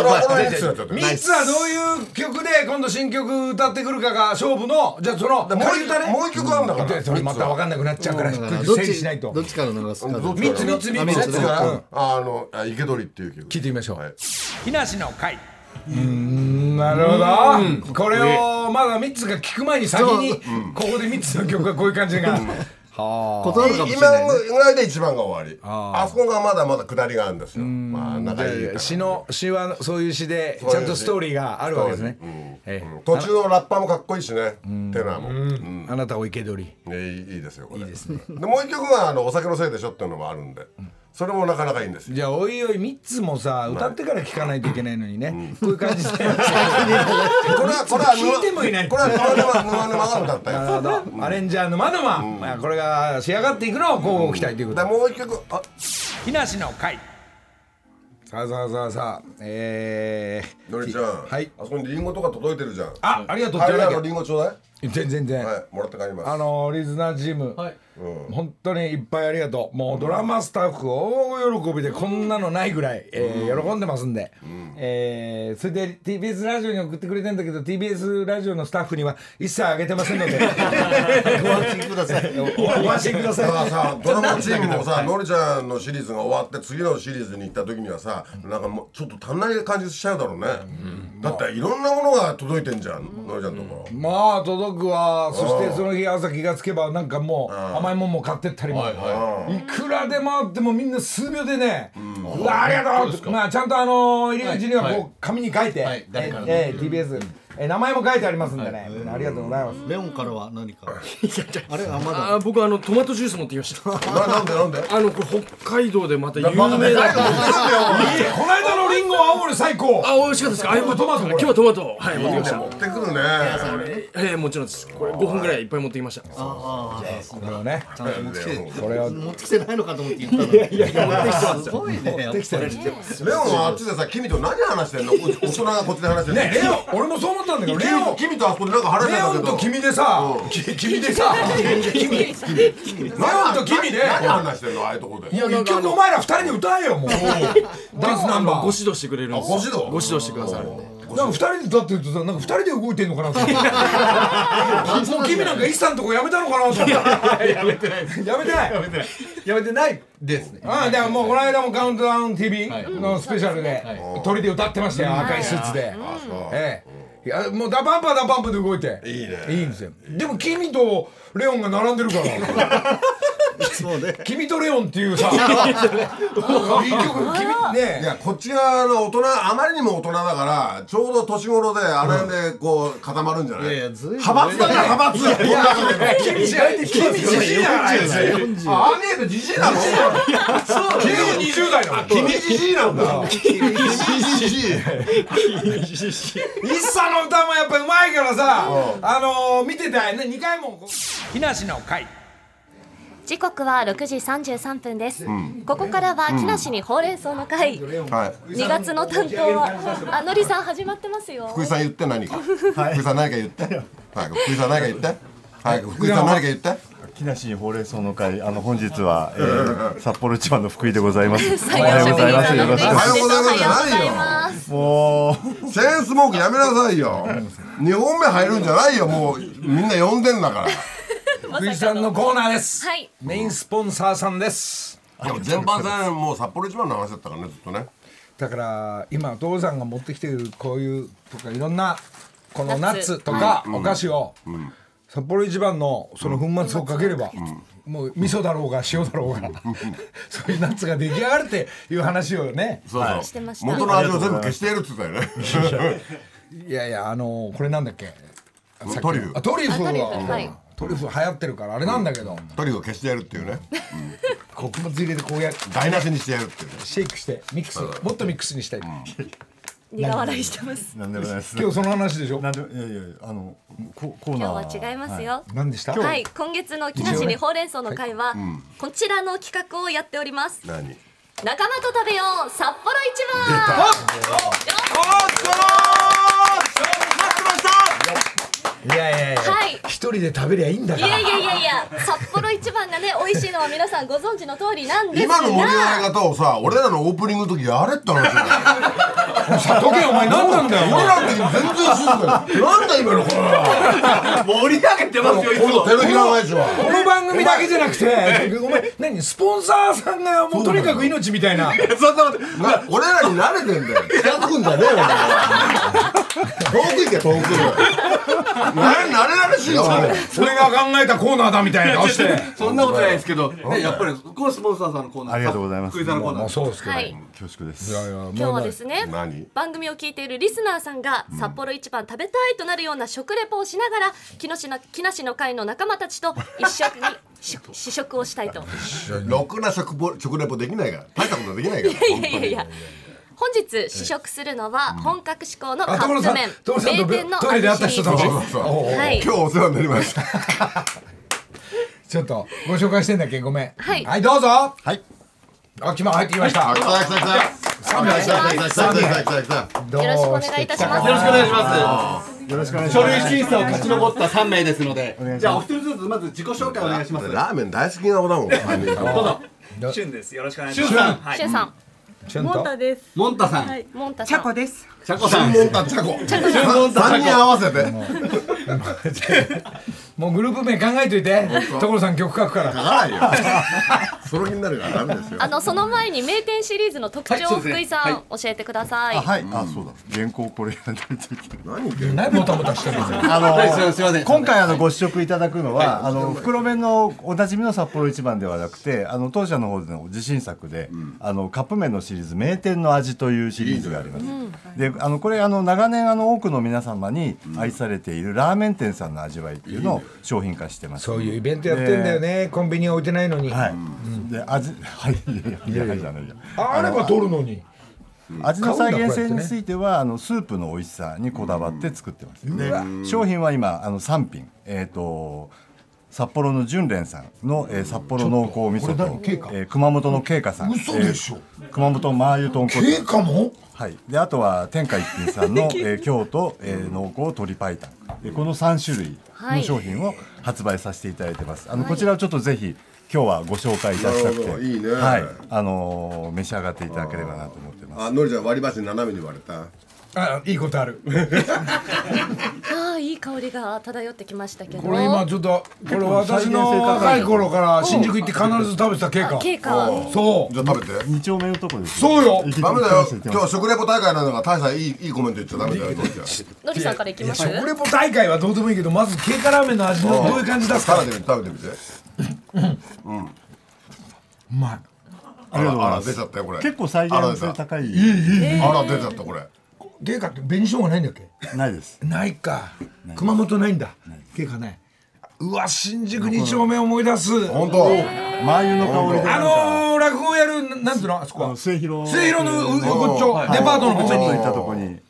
Speaker 2: お好みミックスになっちゃった。
Speaker 1: 3つはどういう曲で今度新曲歌ってくるかが勝負のじゃあその
Speaker 2: もう
Speaker 1: 仮歌ね
Speaker 2: もう一曲あるんだから
Speaker 1: でそれまた分かんなくなっちゃうから
Speaker 5: だからどっ
Speaker 1: 整理
Speaker 5: ち
Speaker 1: しないと
Speaker 5: どっちから流すか
Speaker 2: どっち
Speaker 1: 3つ3つ3つ
Speaker 2: だから、あの、あ生け捕りっていう曲。
Speaker 1: 聞いてみましょう、
Speaker 2: はい
Speaker 1: 日梨の会なるほどこれをまだミッツが聞く前に先にここでミッツの曲がこういう感じが
Speaker 5: 断るかもしれ
Speaker 2: 今
Speaker 5: ない、ね、
Speaker 2: ぐらいで一番が終わり
Speaker 1: あ
Speaker 2: あそこがまだまだ下りがあるんですよまあ仲いいから
Speaker 1: 詩の詩はそういう詩で
Speaker 2: そういう
Speaker 1: ち
Speaker 2: 詩
Speaker 1: ゃんとストーリーがあるわけですね
Speaker 2: うんうん
Speaker 1: ええ
Speaker 2: 途中のラッパーもかっこいいしねテナーもうん
Speaker 1: あなたお生け捕り
Speaker 2: ねいいいいですよこれでもう一曲があの「お酒のせいでしょ」っていうのもあるんでそれもなかなかいいんですよ
Speaker 1: じゃあおいおい3つもさ歌ってから聴かないといけないのにねこういう感じで
Speaker 2: これはこれは
Speaker 1: 聞いてもいない
Speaker 2: これは沼沼沼沼が歌った
Speaker 1: な
Speaker 2: や
Speaker 1: るほどアレンジャーのまだままあこれが仕上がっていくのをこうご期待というこ
Speaker 2: つ
Speaker 1: と
Speaker 2: で
Speaker 1: で
Speaker 2: もう一曲あ
Speaker 1: 木梨の会さあさあさあさあえー
Speaker 2: のりちゃん
Speaker 1: はい
Speaker 2: あそこにリンゴとか届いてるじゃん
Speaker 1: あありがとう
Speaker 2: あ
Speaker 1: って
Speaker 2: れ
Speaker 1: 言
Speaker 2: あ
Speaker 1: わな
Speaker 2: の
Speaker 1: き
Speaker 2: リンゴちょうだい
Speaker 1: ゃ全然全然
Speaker 2: はいもらって帰ります
Speaker 1: あのリズナーチーム、
Speaker 4: はい
Speaker 2: うん
Speaker 1: 本当にいっぱいありがとうもうドラマスタッフ大喜びでこんなのないぐらい、えー喜んでますんで、えーそれで TBS ラジオに送ってくれてんだけど TBS ラジオのスタッフには一切あげてませんの で
Speaker 5: ご安心ください
Speaker 1: お お安心くだ
Speaker 2: だから
Speaker 1: さい
Speaker 2: さドラマチームもさのりちゃんのシリーズが終わって次のシリーズに行った時にはさなんかもうちょっと足んない感じしちゃうだろうねだっていろんなものが届いてんじゃんのりちゃんとこ
Speaker 1: まあ届くわそしてその日朝気がつけばなんかもう甘いもんも買ってったりも、いくらでもあってもみんな数秒でね、うわありがとうまあちゃんとあの入り口には
Speaker 4: はいは
Speaker 1: こう紙に書いて、
Speaker 4: はい誰からの
Speaker 1: えーえー TBS、えー名前も書いてありますんでね、ありがとうございます
Speaker 5: レオンからは何かあれあまだ
Speaker 6: あ僕あのトマトジュース持ってきました
Speaker 2: ななんでなんで
Speaker 6: あのこれ北海道でまた有名
Speaker 2: バカでか
Speaker 6: な
Speaker 2: いの持って
Speaker 1: い
Speaker 2: きてよ
Speaker 1: やこの間のリンゴ青森最高
Speaker 6: あ美味しかったですかあ
Speaker 1: 今日はトマトこれ
Speaker 6: 今日はトマトはい持ってきまし
Speaker 2: 持ってくるね
Speaker 6: たええもちろんですこれ5本ぐらいいっぱい持ってきました
Speaker 5: ああそう
Speaker 1: これをね
Speaker 5: ちゃんと持ってきて
Speaker 1: これを
Speaker 5: 持ってきてないのかと思って言ったのにいやいや持ってきてますすごいねやっぱり
Speaker 1: きてる
Speaker 2: レオンはあっちでさ君と何話してんの大人がこっちで話してんの
Speaker 1: ねレオン俺もそう思ったんだけどレ
Speaker 2: レ
Speaker 1: オ
Speaker 2: オン
Speaker 1: ン
Speaker 2: 君とあそこでなんか話して
Speaker 1: レ
Speaker 2: たん
Speaker 1: オン
Speaker 2: だけ
Speaker 1: と
Speaker 2: ど
Speaker 1: 君でさ
Speaker 2: うん
Speaker 1: き君でさ
Speaker 3: 君
Speaker 2: レ
Speaker 1: レオンと君で
Speaker 2: 何何話してんのああいうとこで
Speaker 1: いや一曲お前ら二人で歌えよもうダンスナンバ
Speaker 6: ご
Speaker 1: ー
Speaker 6: 指導してくれるんです
Speaker 2: あご指導
Speaker 6: ご指導してくださるんで
Speaker 1: なんか二人で歌ってるとさなんか二人で動いてんのかなと思ってもう君なんか一さんとこやめたのかなと思って
Speaker 4: やめてないです
Speaker 1: やめてないやめてないやめてない
Speaker 4: ですね
Speaker 1: ああでももうこの間も「カウントダウン TV」のスペシャルで鳥で歌ってましたよ赤いスーツでええいやもうダパンパダパンパで動いていいねいいんですよでも君とレオンが並んでるから
Speaker 5: そうね
Speaker 1: 君とレオンっていうさ一曲君
Speaker 2: い
Speaker 1: ね
Speaker 2: やこっち側の大人あまりにも大人だからちょうど年頃であれでこう固まるんじゃない、
Speaker 5: いやいやずいぶん
Speaker 2: 派閥だね派閥
Speaker 1: いや君じゃない君自信じゃないですよ
Speaker 2: ああねえとじじいなの
Speaker 1: 君も20代だもん
Speaker 2: 君じじいなんだじじい
Speaker 1: 一茶の歌もやっぱうまいからさあのー見てたよね2回もこう木梨の会
Speaker 3: 時刻は6時33分です、ここからは木梨にほうれん草の会、
Speaker 2: はい
Speaker 3: 2月の担当はあのりさん始まってますよ
Speaker 2: 福井さん言って何か、福井さん何か言ってはい福井さん何か言ってはい福井さん何か言って
Speaker 7: 木梨ほうれん草の会、あの本日は、えー、札幌一番の福井でござ います。おはようございます。よろしくお
Speaker 2: お
Speaker 7: 願いし
Speaker 2: はようございますじゃないよ
Speaker 7: ます。も
Speaker 2: チェーンスモークやめなさいよ2本目入るんじゃないよもうみんな呼んでんだから
Speaker 1: 藤井さんのコーナーです、
Speaker 3: はい
Speaker 1: メインスポンサーさんです
Speaker 2: でも全般さんもう札幌一番の話だったからねずっとね
Speaker 1: だから今お父さんが持ってきてるこういうとかいろんなこのナッ
Speaker 3: ナッツ
Speaker 1: ツとかお菓子を、札幌一番のその粉末をかければ、もう味噌だろうが塩だろうが、そういうナッツが出来上がるっていう話をね
Speaker 2: そうそう、
Speaker 3: してました
Speaker 2: 元の味を全部消してやるって言ってたよ ね
Speaker 1: いやいやあのこれなんだっけ
Speaker 2: うんトリュ
Speaker 1: あ
Speaker 2: フ
Speaker 1: トリュフ
Speaker 3: あトリュフは
Speaker 1: はいトリュフ流行ってるからあれなんだけど、
Speaker 2: トリュフを消してやるっていうね
Speaker 1: 穀物入れてこうやって
Speaker 2: 台無しにしてやるっていうね
Speaker 1: シェイクしてミックスもっとミックスにしたい、
Speaker 3: 苦笑いしてます
Speaker 7: う、なんでもないです。
Speaker 1: 今日その話でしょ
Speaker 7: なんでも、いやいや、あの、こコーナ
Speaker 3: 今
Speaker 7: ー。
Speaker 3: 日は違いますよ、
Speaker 1: 何でした
Speaker 3: はい、今月の木梨にほうれん草の会は、こちらの企画をやっております。
Speaker 2: 何
Speaker 3: 仲間と食べよう札幌一番。
Speaker 1: いやいやいや、
Speaker 3: はい
Speaker 1: 一人で食べりゃいいんだ
Speaker 3: い
Speaker 1: から
Speaker 3: やいやいやいや、札幌一番がね、美味しいのは皆さんご存知の通りなんですが。
Speaker 2: 今の盛り上がり方をさ俺らのオープニングの時やれって話 だよ
Speaker 1: 佐藤健お前何なんだよ
Speaker 2: 俺らの時全然静かになんだ今のこの
Speaker 4: 盛り上げてますよいつも
Speaker 2: 手のひら返しは
Speaker 1: この番組だけじゃなくてお前何スポンサーさんがもうとにかく命みたいな
Speaker 4: そんなこと
Speaker 2: な俺らに慣れてんだよ近づくんじゃねえよお前遠く行け遠くななれなれしいよ
Speaker 1: 俺が考えたコーナーだみたいな顔して
Speaker 4: そんなことないですけど、ね、やっぱり、このスポンサーさんのコーナー。
Speaker 7: ありがとうございます
Speaker 4: 福井さんのコーナ
Speaker 1: まあ
Speaker 4: ー。
Speaker 1: そうですけど、、
Speaker 3: はいい
Speaker 7: 恐縮です。
Speaker 1: やいやもう
Speaker 3: 今日はですね
Speaker 2: 何
Speaker 3: 番組を聞いているリスナーさんが札幌一番食べたいとなるような食レポをしながら木梨な木梨の会の仲間たちと一緒 にし試食をしたいと
Speaker 2: ろくな食ぼ食レポできないから大したことできないから
Speaker 3: いやいやいや本日試食するのは本格志向のカ
Speaker 1: あ
Speaker 3: ッ
Speaker 1: 所
Speaker 3: プ
Speaker 1: さん
Speaker 3: 麺
Speaker 1: 所さんと
Speaker 3: 名店の
Speaker 1: トイレで会った人たち
Speaker 3: 味シリ
Speaker 2: そ
Speaker 3: ー
Speaker 2: う
Speaker 3: ズ
Speaker 2: そう
Speaker 1: おうおう
Speaker 3: はい
Speaker 2: 今日お世話になりました
Speaker 1: ちょっとご紹介してんだっけごめん
Speaker 3: はい
Speaker 1: どうぞ
Speaker 7: はい
Speaker 1: あ来ま入ってきました
Speaker 2: 来た来た来た来た来た来た来た来た来た
Speaker 1: どう
Speaker 3: よろしくお願
Speaker 1: し
Speaker 3: い
Speaker 1: て
Speaker 3: いた
Speaker 1: き
Speaker 3: します
Speaker 4: よろしくお願いしま
Speaker 7: よろしくお願い
Speaker 4: す。
Speaker 7: し
Speaker 4: 書
Speaker 7: ま
Speaker 4: 類
Speaker 7: す。
Speaker 4: 審査を勝ち残った三名ですので
Speaker 7: 願いします、
Speaker 4: じゃあお一人ずつまず自己紹介お願いします。
Speaker 2: ラーメン大好きな子だもん
Speaker 4: どうぞ。
Speaker 5: シュンです。よろしくお願い
Speaker 4: しゅ
Speaker 5: しま
Speaker 4: ん
Speaker 5: す。
Speaker 4: さん、
Speaker 5: はい
Speaker 3: シュウさん
Speaker 1: ちょっ
Speaker 8: モン
Speaker 1: と
Speaker 8: タです。
Speaker 4: もんたさん、
Speaker 8: はい。
Speaker 3: モンタ
Speaker 8: チ
Speaker 3: さ
Speaker 8: ャコ
Speaker 3: ん
Speaker 8: です。
Speaker 4: ちゃこさん。
Speaker 2: モンタチャコ
Speaker 4: モンタ
Speaker 2: 三人合わせて
Speaker 1: もうグループ名考えとい て所さん曲書くから
Speaker 2: 書か ないよその気になるからダメですよ
Speaker 3: あのその前に名店シリーズの特徴を
Speaker 4: はいそうですね
Speaker 3: 福井さん、教えてください
Speaker 7: あはい、あそうだ原稿これやらないといけない。
Speaker 2: 何言ってんの
Speaker 1: 何もたもたしてるんですよ
Speaker 7: あ
Speaker 4: はいすいませんすいませ
Speaker 7: の
Speaker 4: ん
Speaker 7: 今回あのご試食いただくのは、あの袋麺のおなじみの札幌一番ではなくてあの当社の方での自信作で、あのカップ麺のシリーズ名店の味というシリーズがあります。であのこれあの長年あの多くの皆様に愛されているラーメン店さんの味わいっていうのを商品化してます。
Speaker 1: そういうイベントやってんだよねコンビニ置いてないのに
Speaker 7: はい
Speaker 1: あ。
Speaker 7: で味 はいいやいやいやいやいやいや。
Speaker 1: あれば取るのに
Speaker 7: 味の再現性については、あのスープの美味しさにこだわって作ってます。で商品は今あの三品、えっ、と。札幌の純蓮さんの、えー札幌濃厚味噌とえー熊本の慶香さん
Speaker 2: 嘘でしょ
Speaker 7: えー熊本マー油豚骨
Speaker 2: えかも
Speaker 7: はいであとは天下一品さんの、えー京都、えー濃厚鶏白湯でこの三種類の商品を発売させていただいてます、あのこちらをちょっとぜひ今日はご紹介いたしたく
Speaker 2: なるほ
Speaker 7: て
Speaker 2: どいいね
Speaker 7: はいあのー召し上がっていただければなと思ってます
Speaker 2: あのりちゃん割り箸斜めに割れた
Speaker 1: あいいことある
Speaker 3: ああいい香りが漂ってきましたけど
Speaker 1: これ今ちょっとこれ私の若い頃から新宿行って必ず食べてたケーカ
Speaker 3: 経過
Speaker 1: そう
Speaker 2: じゃあ食べて
Speaker 7: 二丁目のとこです。
Speaker 1: そうよ
Speaker 2: ダメだよ
Speaker 7: 行き
Speaker 2: 今日
Speaker 7: ます
Speaker 2: は食レポ大会なんだから大したいいいいコメント言っちゃダメだよのりちゃん
Speaker 3: のりさんからいきます
Speaker 1: 食レポ大会はどうでもいいけどまずケーカラーメンの味のどういう感じ出すか
Speaker 2: 食べてみて食べてみて
Speaker 1: うまい
Speaker 7: ありがとうござい
Speaker 2: あら
Speaker 7: ま
Speaker 2: 出
Speaker 7: す
Speaker 2: ちゃったよこれ
Speaker 7: 結構再現性高い。
Speaker 2: あら出ちゃったこれ
Speaker 1: ケーカって紅生姜ないんだっけ
Speaker 7: ないです。
Speaker 1: ないか熊本ないんだケーカないうわ新宿二丁目思い出す
Speaker 2: 本当
Speaker 7: 麻油の香りで
Speaker 1: あ
Speaker 7: なんか。
Speaker 1: のー落語やるなんていうのあそこは
Speaker 7: 末広。
Speaker 1: 末広のう横っちょデパートの
Speaker 7: ちょっ
Speaker 1: 方に
Speaker 7: と行ったとこに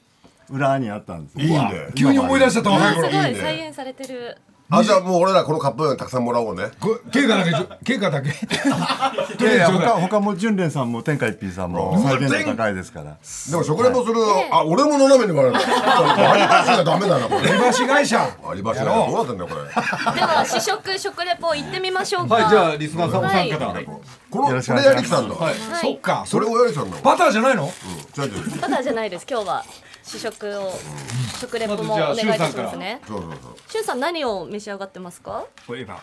Speaker 7: 裏にあったんですよ。
Speaker 2: いい
Speaker 7: い
Speaker 2: ね
Speaker 1: 急に思い出したと若い
Speaker 3: すご
Speaker 1: 頃
Speaker 3: い
Speaker 2: いいね
Speaker 3: 再現されてる
Speaker 2: あじゃあもう俺らこのカップ麺たくさんもらおうね
Speaker 1: こケーカだけちょケーカだけいやい
Speaker 7: や
Speaker 1: や
Speaker 7: 他他も純連さんも天下一品さんも再現性高いですから。
Speaker 2: でも食レポする、あ俺も斜めに割れた割り箸じゃダメだなこれ
Speaker 1: 割り箸会社
Speaker 2: 割り箸がどうなってんだよこれ
Speaker 3: では試食食レポ行ってみましょうか
Speaker 4: はい、じゃあ、リスナーさんお参加だ。
Speaker 2: こ
Speaker 7: よ
Speaker 2: の
Speaker 7: ろしく
Speaker 2: これ
Speaker 7: お願いします
Speaker 2: やりきたんだ、
Speaker 1: そっか
Speaker 2: それをやりきたんだ
Speaker 1: バターじゃないの
Speaker 2: ちょいちょいちょい
Speaker 3: ただじゃないです今日は試食を食レポもお
Speaker 4: まずじゃ
Speaker 3: 願
Speaker 4: あ
Speaker 3: いいたしますね
Speaker 2: そうそうそう
Speaker 3: しゅうさん何を召し上がってますか
Speaker 5: これ今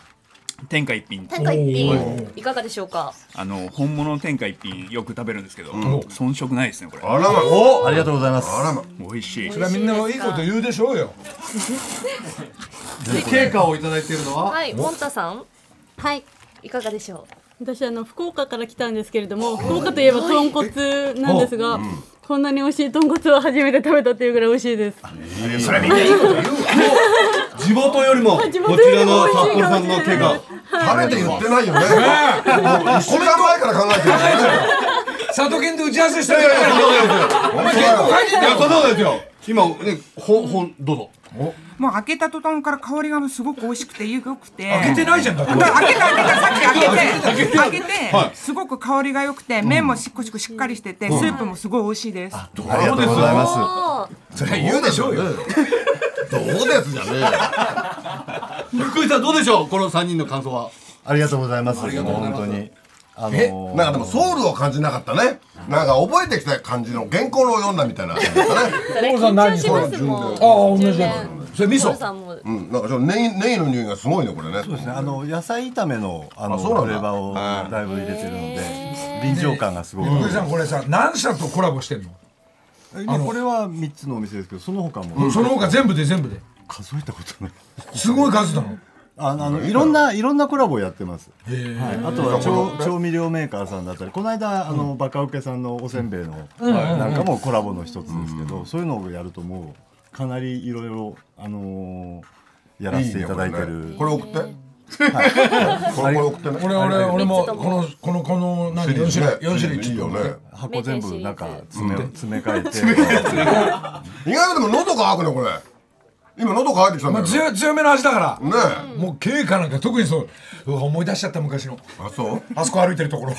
Speaker 5: 天下一品。
Speaker 3: 天下一品いかがでしょうか
Speaker 5: あの本物の天下一品よく食べるんですけど、遜色ないですねこれ。
Speaker 2: あらまお
Speaker 7: ありがとうございます。
Speaker 2: あらま
Speaker 5: 美味しい。
Speaker 1: それはみんなもいいこと言うでしょうよ
Speaker 4: 経過をいただいているのは、
Speaker 3: はいモンタさん
Speaker 9: はい。
Speaker 3: いかがでしょ
Speaker 9: 私あの福岡から来たんですけれども、福岡といえば豚骨なんですが、こんなに美味しい豚骨を初めて食べたっていうぐらい美味しいです。
Speaker 4: 地元よりも、こち
Speaker 9: 地元よ
Speaker 4: ら
Speaker 9: りも
Speaker 4: の札
Speaker 9: 美味しい
Speaker 4: 幌
Speaker 9: か
Speaker 4: さ
Speaker 9: もしれ
Speaker 4: んの経
Speaker 9: な
Speaker 4: 過
Speaker 9: い。。
Speaker 2: 食べて言ってないよね1週間前から考えてる
Speaker 1: 佐渡県で打ち合わせしたよお前結構書いてん
Speaker 4: い
Speaker 1: だ
Speaker 4: や、
Speaker 1: よ
Speaker 4: そんなことですよ。今、ね、ほ、ほん、どうぞ。
Speaker 10: もう開けた途端から香りがすごく美味しくてよくて
Speaker 1: 開けてないじゃんだって
Speaker 10: 開けた開けたさっき開けて開けてすごく香りが良くて麺もしっこしこしっかりしててスープもすごい美味しいです
Speaker 7: ありがとうございます。
Speaker 3: うあ
Speaker 2: それ言うでしょうよどうですじゃねえよ
Speaker 4: 福井さん、どうでしょう、この三人の感想は。
Speaker 7: ありがとうございます。もう本当に。あの
Speaker 2: え
Speaker 7: ー
Speaker 2: なんかでもソウルを感じなかったねなんか覚えてきた感じの原稿を読んだみたいな、ね、
Speaker 3: それ緊張しますもん
Speaker 1: ああ同じ
Speaker 3: 10
Speaker 1: だ
Speaker 3: 年
Speaker 1: それ味
Speaker 3: モ
Speaker 1: 噌
Speaker 3: ンタさんも
Speaker 2: うんなんかちょっとネギネギの匂いがすごいねこれね
Speaker 7: そうですねあの野菜炒めのあの
Speaker 2: あそうなんだ
Speaker 7: フレーバーをだいぶ入れてるので臨場感がすごく。
Speaker 1: 福井さんこれさ何社とコラボしてんの
Speaker 7: 今これは三つのお店ですけどその他も。
Speaker 1: その他全部で全部で
Speaker 7: 数えたことない
Speaker 1: すごい数なの
Speaker 7: あのあのいろんないろんなコラボをやってます、はい、あとは調調味料メーカーさんだったりこの間あの、バカウケさんのおせんべいの、なんかもコラボの一つですけど、そういうのをやるともうかなりいろいろあのーやらせていただいてる
Speaker 2: これ送ってこ
Speaker 7: あ
Speaker 2: れ
Speaker 7: り
Speaker 2: これ送ってね
Speaker 1: 俺俺俺もこのこのこの何4種類4種類
Speaker 2: いいよね
Speaker 7: 箱全部なんか詰め,、 詰め替えて
Speaker 2: 意外とでも喉乾くねこれ今喉乾いてきたんだ
Speaker 1: まあ
Speaker 2: よね
Speaker 1: 強強めの味だから
Speaker 2: ね
Speaker 1: もう経過なんか特にそううわ思い出しちゃった昔の
Speaker 2: えあそう
Speaker 1: あそこ歩いてるところ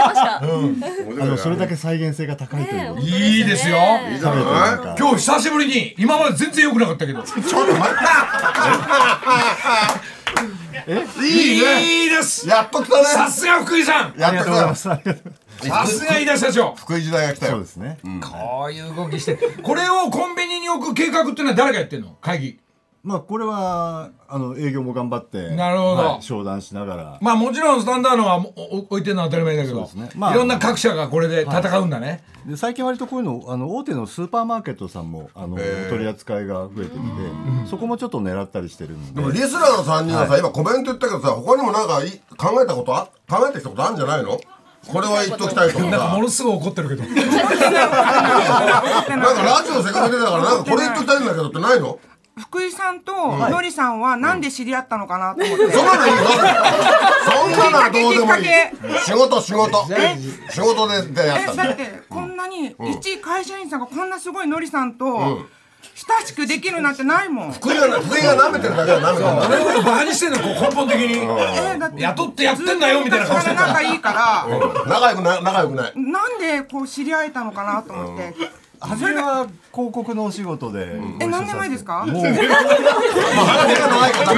Speaker 7: あのそれだけ再現性が高いという、
Speaker 1: いいですよ
Speaker 2: いいじゃない
Speaker 1: 今日久しぶりに今まで全然良くなかったけど
Speaker 2: ちょっと待 っていいね
Speaker 1: いいです
Speaker 2: やっと来たね
Speaker 1: さすが福井さん
Speaker 2: やっと来た
Speaker 7: すありがとうござい
Speaker 1: さすが飯田社長
Speaker 2: 福井時代が来た
Speaker 7: ますそう
Speaker 2: よ
Speaker 7: ですね、
Speaker 1: こういう動きしてこれをコンビニに置く計画っていうのは誰がやってんの会議
Speaker 7: まあこれはあの営業も頑張って
Speaker 1: なるほど
Speaker 7: はい商談しながら
Speaker 1: まあもちろんスタンダードはもお置いてるのは当たり前だけど、
Speaker 7: そうですねまあ
Speaker 1: いろんな各社がこれで戦うんだね、
Speaker 7: で最近割とこういうのあの大手のスーパーマーケットさんもあの取り扱いが増えてきてそこもちょっと狙ったりしてるん
Speaker 2: で
Speaker 7: で
Speaker 2: もリスナーの3人はさ今コメント言ったけどさ他にもなんかい考えたことあ考えてきたことあるんじゃないのこれは言っときたいとか
Speaker 1: なんか
Speaker 2: さ
Speaker 1: ものすごい怒ってるけど
Speaker 2: なんかラジオせっかく出たからなんかこれ言っときたいんだけどってないの
Speaker 10: 福井さんとのりさんはなんで知り合ったのかなと思って、
Speaker 2: そんなのいいよそんなのはどうでもいい
Speaker 10: きっか
Speaker 2: 仕事仕事仕事ででやった
Speaker 10: え
Speaker 2: ん
Speaker 10: だ
Speaker 2: だ
Speaker 10: ってこんなに一会社員さんがこんなすごいのりさんと親しくできるなんてないもん、え
Speaker 2: 福井が福井が舐めてるだけは舐めてるんだ
Speaker 1: 俺をバカにしてんのこう根本的に
Speaker 10: ーだって
Speaker 1: 雇ってやってんだよみたいな顔してる
Speaker 10: ずっと昔から仲いいから、
Speaker 2: 仲良くない仲良くない
Speaker 10: なんでこう知り合えたのかなと思って。
Speaker 7: 初めは広告のお仕事で
Speaker 10: え、何年前ですか。
Speaker 7: もう
Speaker 2: 話が長いから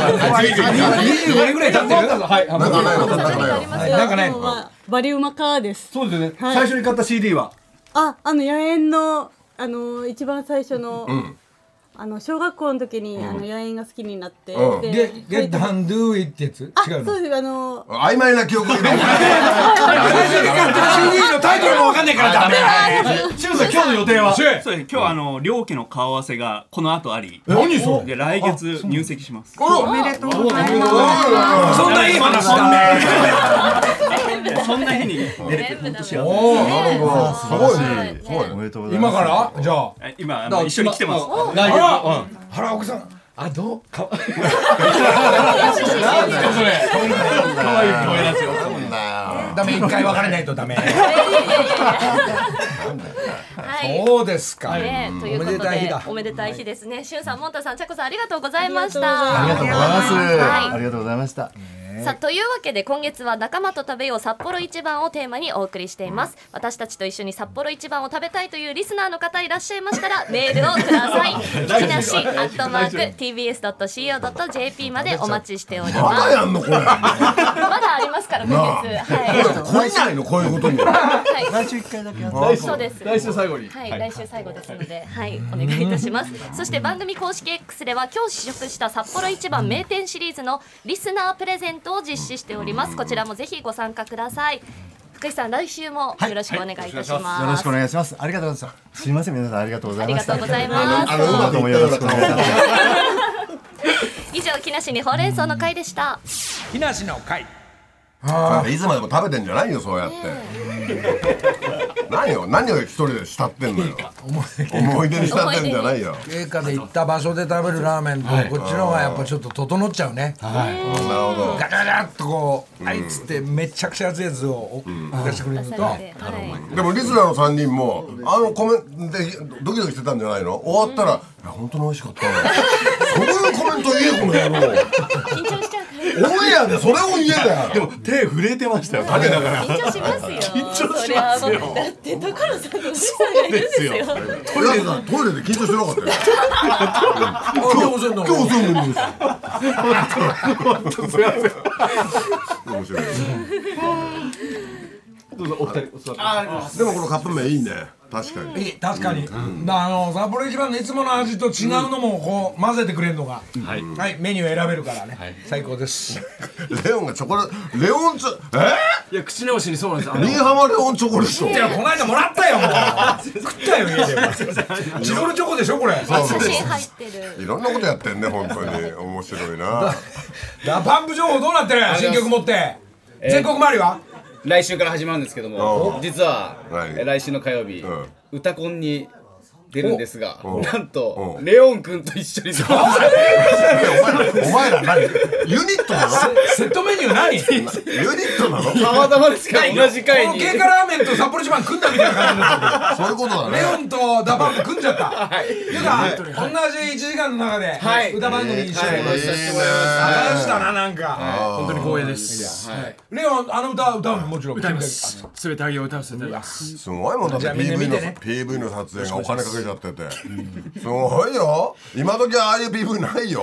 Speaker 1: 25年ぐらい経ってるはい
Speaker 2: なんかないのなんか
Speaker 9: 何
Speaker 2: な
Speaker 9: かあ
Speaker 2: いの
Speaker 9: りますよ
Speaker 1: なんかないの
Speaker 9: でもまあバリウマカーです
Speaker 4: そうですよね、最初に買った CD は
Speaker 9: ああの野猿のあの一番最初の、あの小学校の時に、あの野猿が好きになって、
Speaker 2: うん
Speaker 9: で
Speaker 1: で「
Speaker 9: 書
Speaker 1: Get
Speaker 9: いて
Speaker 1: down do it」ってやつ
Speaker 9: あ
Speaker 1: 違うの
Speaker 9: そうですあの
Speaker 2: 曖昧な記憶がね
Speaker 1: 最初に買った CD のタイトルも分かんないからダメ
Speaker 4: シュウさん今日の予定は
Speaker 1: シェイ
Speaker 5: そうです今日はあの両家の顔合わせがこの後あり
Speaker 1: 何それ
Speaker 5: で来月入籍します
Speaker 10: おめでとうございます。
Speaker 1: そんないい話だね
Speaker 5: そんな日に出れて本当幸せ
Speaker 2: すごいねすごいね
Speaker 7: おめでとうござい
Speaker 1: 今
Speaker 7: ます
Speaker 1: からじゃあ
Speaker 5: です今あの一緒に来てます
Speaker 4: 来月
Speaker 1: 原奥さんあどうか
Speaker 5: 可愛い声なんですよ
Speaker 1: ダメ一回別れないとダメ
Speaker 3: はい。
Speaker 1: そうですか
Speaker 3: ねということ
Speaker 1: おめでたい日
Speaker 3: で
Speaker 1: だ
Speaker 3: おめでたい日ですね。しゅんさん、もんたさん、ちゃこさんありがとうございまし
Speaker 9: あ
Speaker 7: ありがとうござい
Speaker 3: た。
Speaker 7: ます、
Speaker 3: はい
Speaker 7: ありがとうございました
Speaker 3: さあというわけで今月は仲間と食べよう札幌一番をテーマにお送りしています。私たちと一緒に札幌一番を食べたいというリスナーの方いらっしゃいましたらメールをください。木梨アットマーク TBS ドット CO ドット JP までお待ちしており
Speaker 2: ま
Speaker 3: ま
Speaker 2: だ
Speaker 3: す。
Speaker 2: やんのこれこ
Speaker 3: まだありますから今月は
Speaker 2: れ懲りないのこういうことに
Speaker 3: い。はい。
Speaker 7: 来週一回だけやって
Speaker 3: そうです。
Speaker 4: 来週最後に
Speaker 3: はい、来週最後ですので、はい、お願いいたします。そして番組公式 X では今日試食した札幌一番名店シリーズのリスナープレゼントを実施しております。こちらもぜひご参加ください。福井さん、来週もよろしくお願いいたします。
Speaker 7: よろしくお願いしますありがとうございましたすいません皆さんありがとうござ
Speaker 3: あ
Speaker 7: い
Speaker 3: り
Speaker 7: ま
Speaker 3: が
Speaker 7: した
Speaker 3: とうございます
Speaker 2: あ。のうまくいったような顔
Speaker 3: 以上、木梨にほうれん草の会でした。
Speaker 1: 木梨の会
Speaker 2: いつまでも食べてんじゃないよそうやって何を何を一人で慕ってんのよ思い出に慕ってんじゃないよ
Speaker 1: 経過で行った場所で食べるラーメンとこっちの方がやっぱちょっと整っちゃうね
Speaker 2: なるほど
Speaker 1: ガチャガチャっとこうあいつってめちゃくちゃ熱いやつを出してくれると
Speaker 3: はい。
Speaker 2: でもリスナーの3人もあのコメントでドキドキしてたんじゃないの終わったら「いや本当に美味しかったわ」そういうコメント言えこの野郎
Speaker 3: 緊張しちゃうから。
Speaker 2: オンエアでそれを言えだよ
Speaker 7: でも手震えてましたよ
Speaker 3: 緊張しますよ。それはもうだって所さんと藤井さんがいるんですよ。
Speaker 2: トイレだトイレで緊張してなかったよ今日今日お世話になりました面白い
Speaker 4: どうぞお二人お座りください
Speaker 2: でもこのカップ麺いいね確かに
Speaker 1: いい確かに、だあの札幌一番のいつもの味と違うのもこう混ぜてくれるのが、はい、メニュー選べるからね、最高です
Speaker 2: レオンがチョコレートレオンツえ
Speaker 6: いや口直しにそうなんですあ
Speaker 2: ー
Speaker 6: の
Speaker 2: 新居浜レオンチョコレート
Speaker 1: いやこの間もらったよもう食ったよ家でチロルチョコでしょこれ
Speaker 2: そうそう
Speaker 3: 写真入ってる
Speaker 2: いろんなことやってんね本当に面 白いな
Speaker 1: ダパンプ情報どうなってる新曲持って全国回りは
Speaker 8: 来週から始まるんですけども
Speaker 2: お
Speaker 8: 実は
Speaker 2: はい
Speaker 8: え来週の火曜日
Speaker 2: ん
Speaker 8: 「歌コン」に出るんですが
Speaker 2: お
Speaker 8: なんと
Speaker 2: お
Speaker 8: レオン君と 一緒に出ます
Speaker 2: お前らお前ら何ユニットなの
Speaker 1: セットメニュー何
Speaker 2: ユニットなの
Speaker 8: たまたまですから同じ回
Speaker 1: この
Speaker 8: に
Speaker 1: 経過ラーメンと札幌一番組んだみたいな感じになってる
Speaker 2: そういうことだ
Speaker 1: レオ
Speaker 2: ね
Speaker 1: ンとダパンプ組んじゃった。ていうか、同じ1時間の中で、
Speaker 8: はい
Speaker 1: 歌番組一緒
Speaker 8: はい
Speaker 1: に。
Speaker 2: いいね
Speaker 1: 仲良しだな、なんか。
Speaker 6: 本当に光栄です
Speaker 1: レオン、あの歌歌うのもちろん。
Speaker 6: 歌います全てあげを歌わせていただきます
Speaker 2: すごいもんだって
Speaker 1: じゃあみんな
Speaker 2: PV
Speaker 1: 見
Speaker 2: の
Speaker 1: てね
Speaker 2: PV の撮影がお金かけちゃっててすごいよ今時はああいう PV な いよ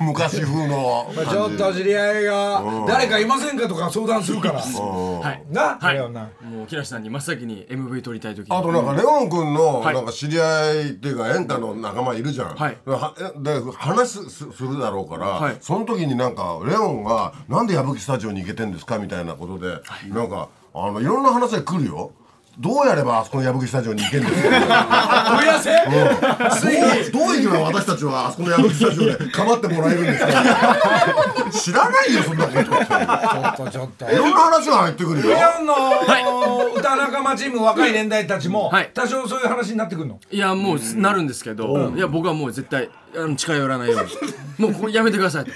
Speaker 2: 昔風の
Speaker 1: まあちょっと知り合いが、誰かいませんかとか相談するから。
Speaker 6: はい
Speaker 1: な、
Speaker 6: はい
Speaker 1: レオンな。
Speaker 6: もう木梨さんに真っ先に MV 撮りたい時に
Speaker 2: あとなんかレオン君の
Speaker 6: はい
Speaker 2: なんか知り合いっていうかエンタの仲間いるじゃん。
Speaker 6: はい
Speaker 2: はで話すすするだろうから、
Speaker 6: はい
Speaker 2: その時になんかレオンが「なんで矢吹スタジオに行けてんですか?」みたいなことで、なんかあのいろんな話が来るよ。どうやればあそこの矢吹スタジオに行けんですか
Speaker 1: 問い合わせ
Speaker 2: どうどういけば私たちはあそこの矢吹スタジオで構ってもらえるん ですか知らないよそんなこと
Speaker 1: ちょっとちょっ と。
Speaker 2: いろんな話が入ってくるよ
Speaker 1: レオンの歌仲間チーム、若い年代たちも
Speaker 6: はい、
Speaker 1: 多少そういう話になってくるの。
Speaker 6: いやもうすなるんですけどいや僕はもう絶対あの近寄らないようにもうこれやめてくださいと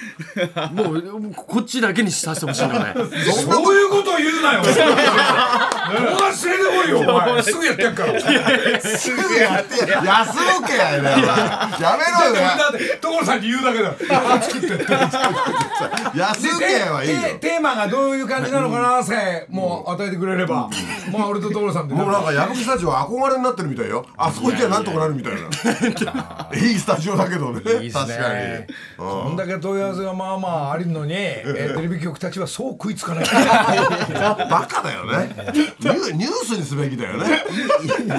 Speaker 6: もうもうこっちだけにさせてほしいので
Speaker 1: そういうこと言うなよ。友達連れてこいよ、お前。すぐやってやっから。
Speaker 2: すぐやってや休むけやいなやめろよ
Speaker 1: だって所さんに言うだけだよ
Speaker 2: 安請け合いはいいよ
Speaker 1: テテーマがどういう感じなのかなってもう与えてくれればまあ俺と所さんで
Speaker 2: もうなんか矢吹スタジオ憧れになってるみたいよあそこ行けばなんとかなるみたいないいスタジオだけどね確かに
Speaker 1: こんだけ問い合わせがまあまああるのに、えーテレビ局たちはそう食いつかない
Speaker 2: バカだよねニュニュースにすべきだよね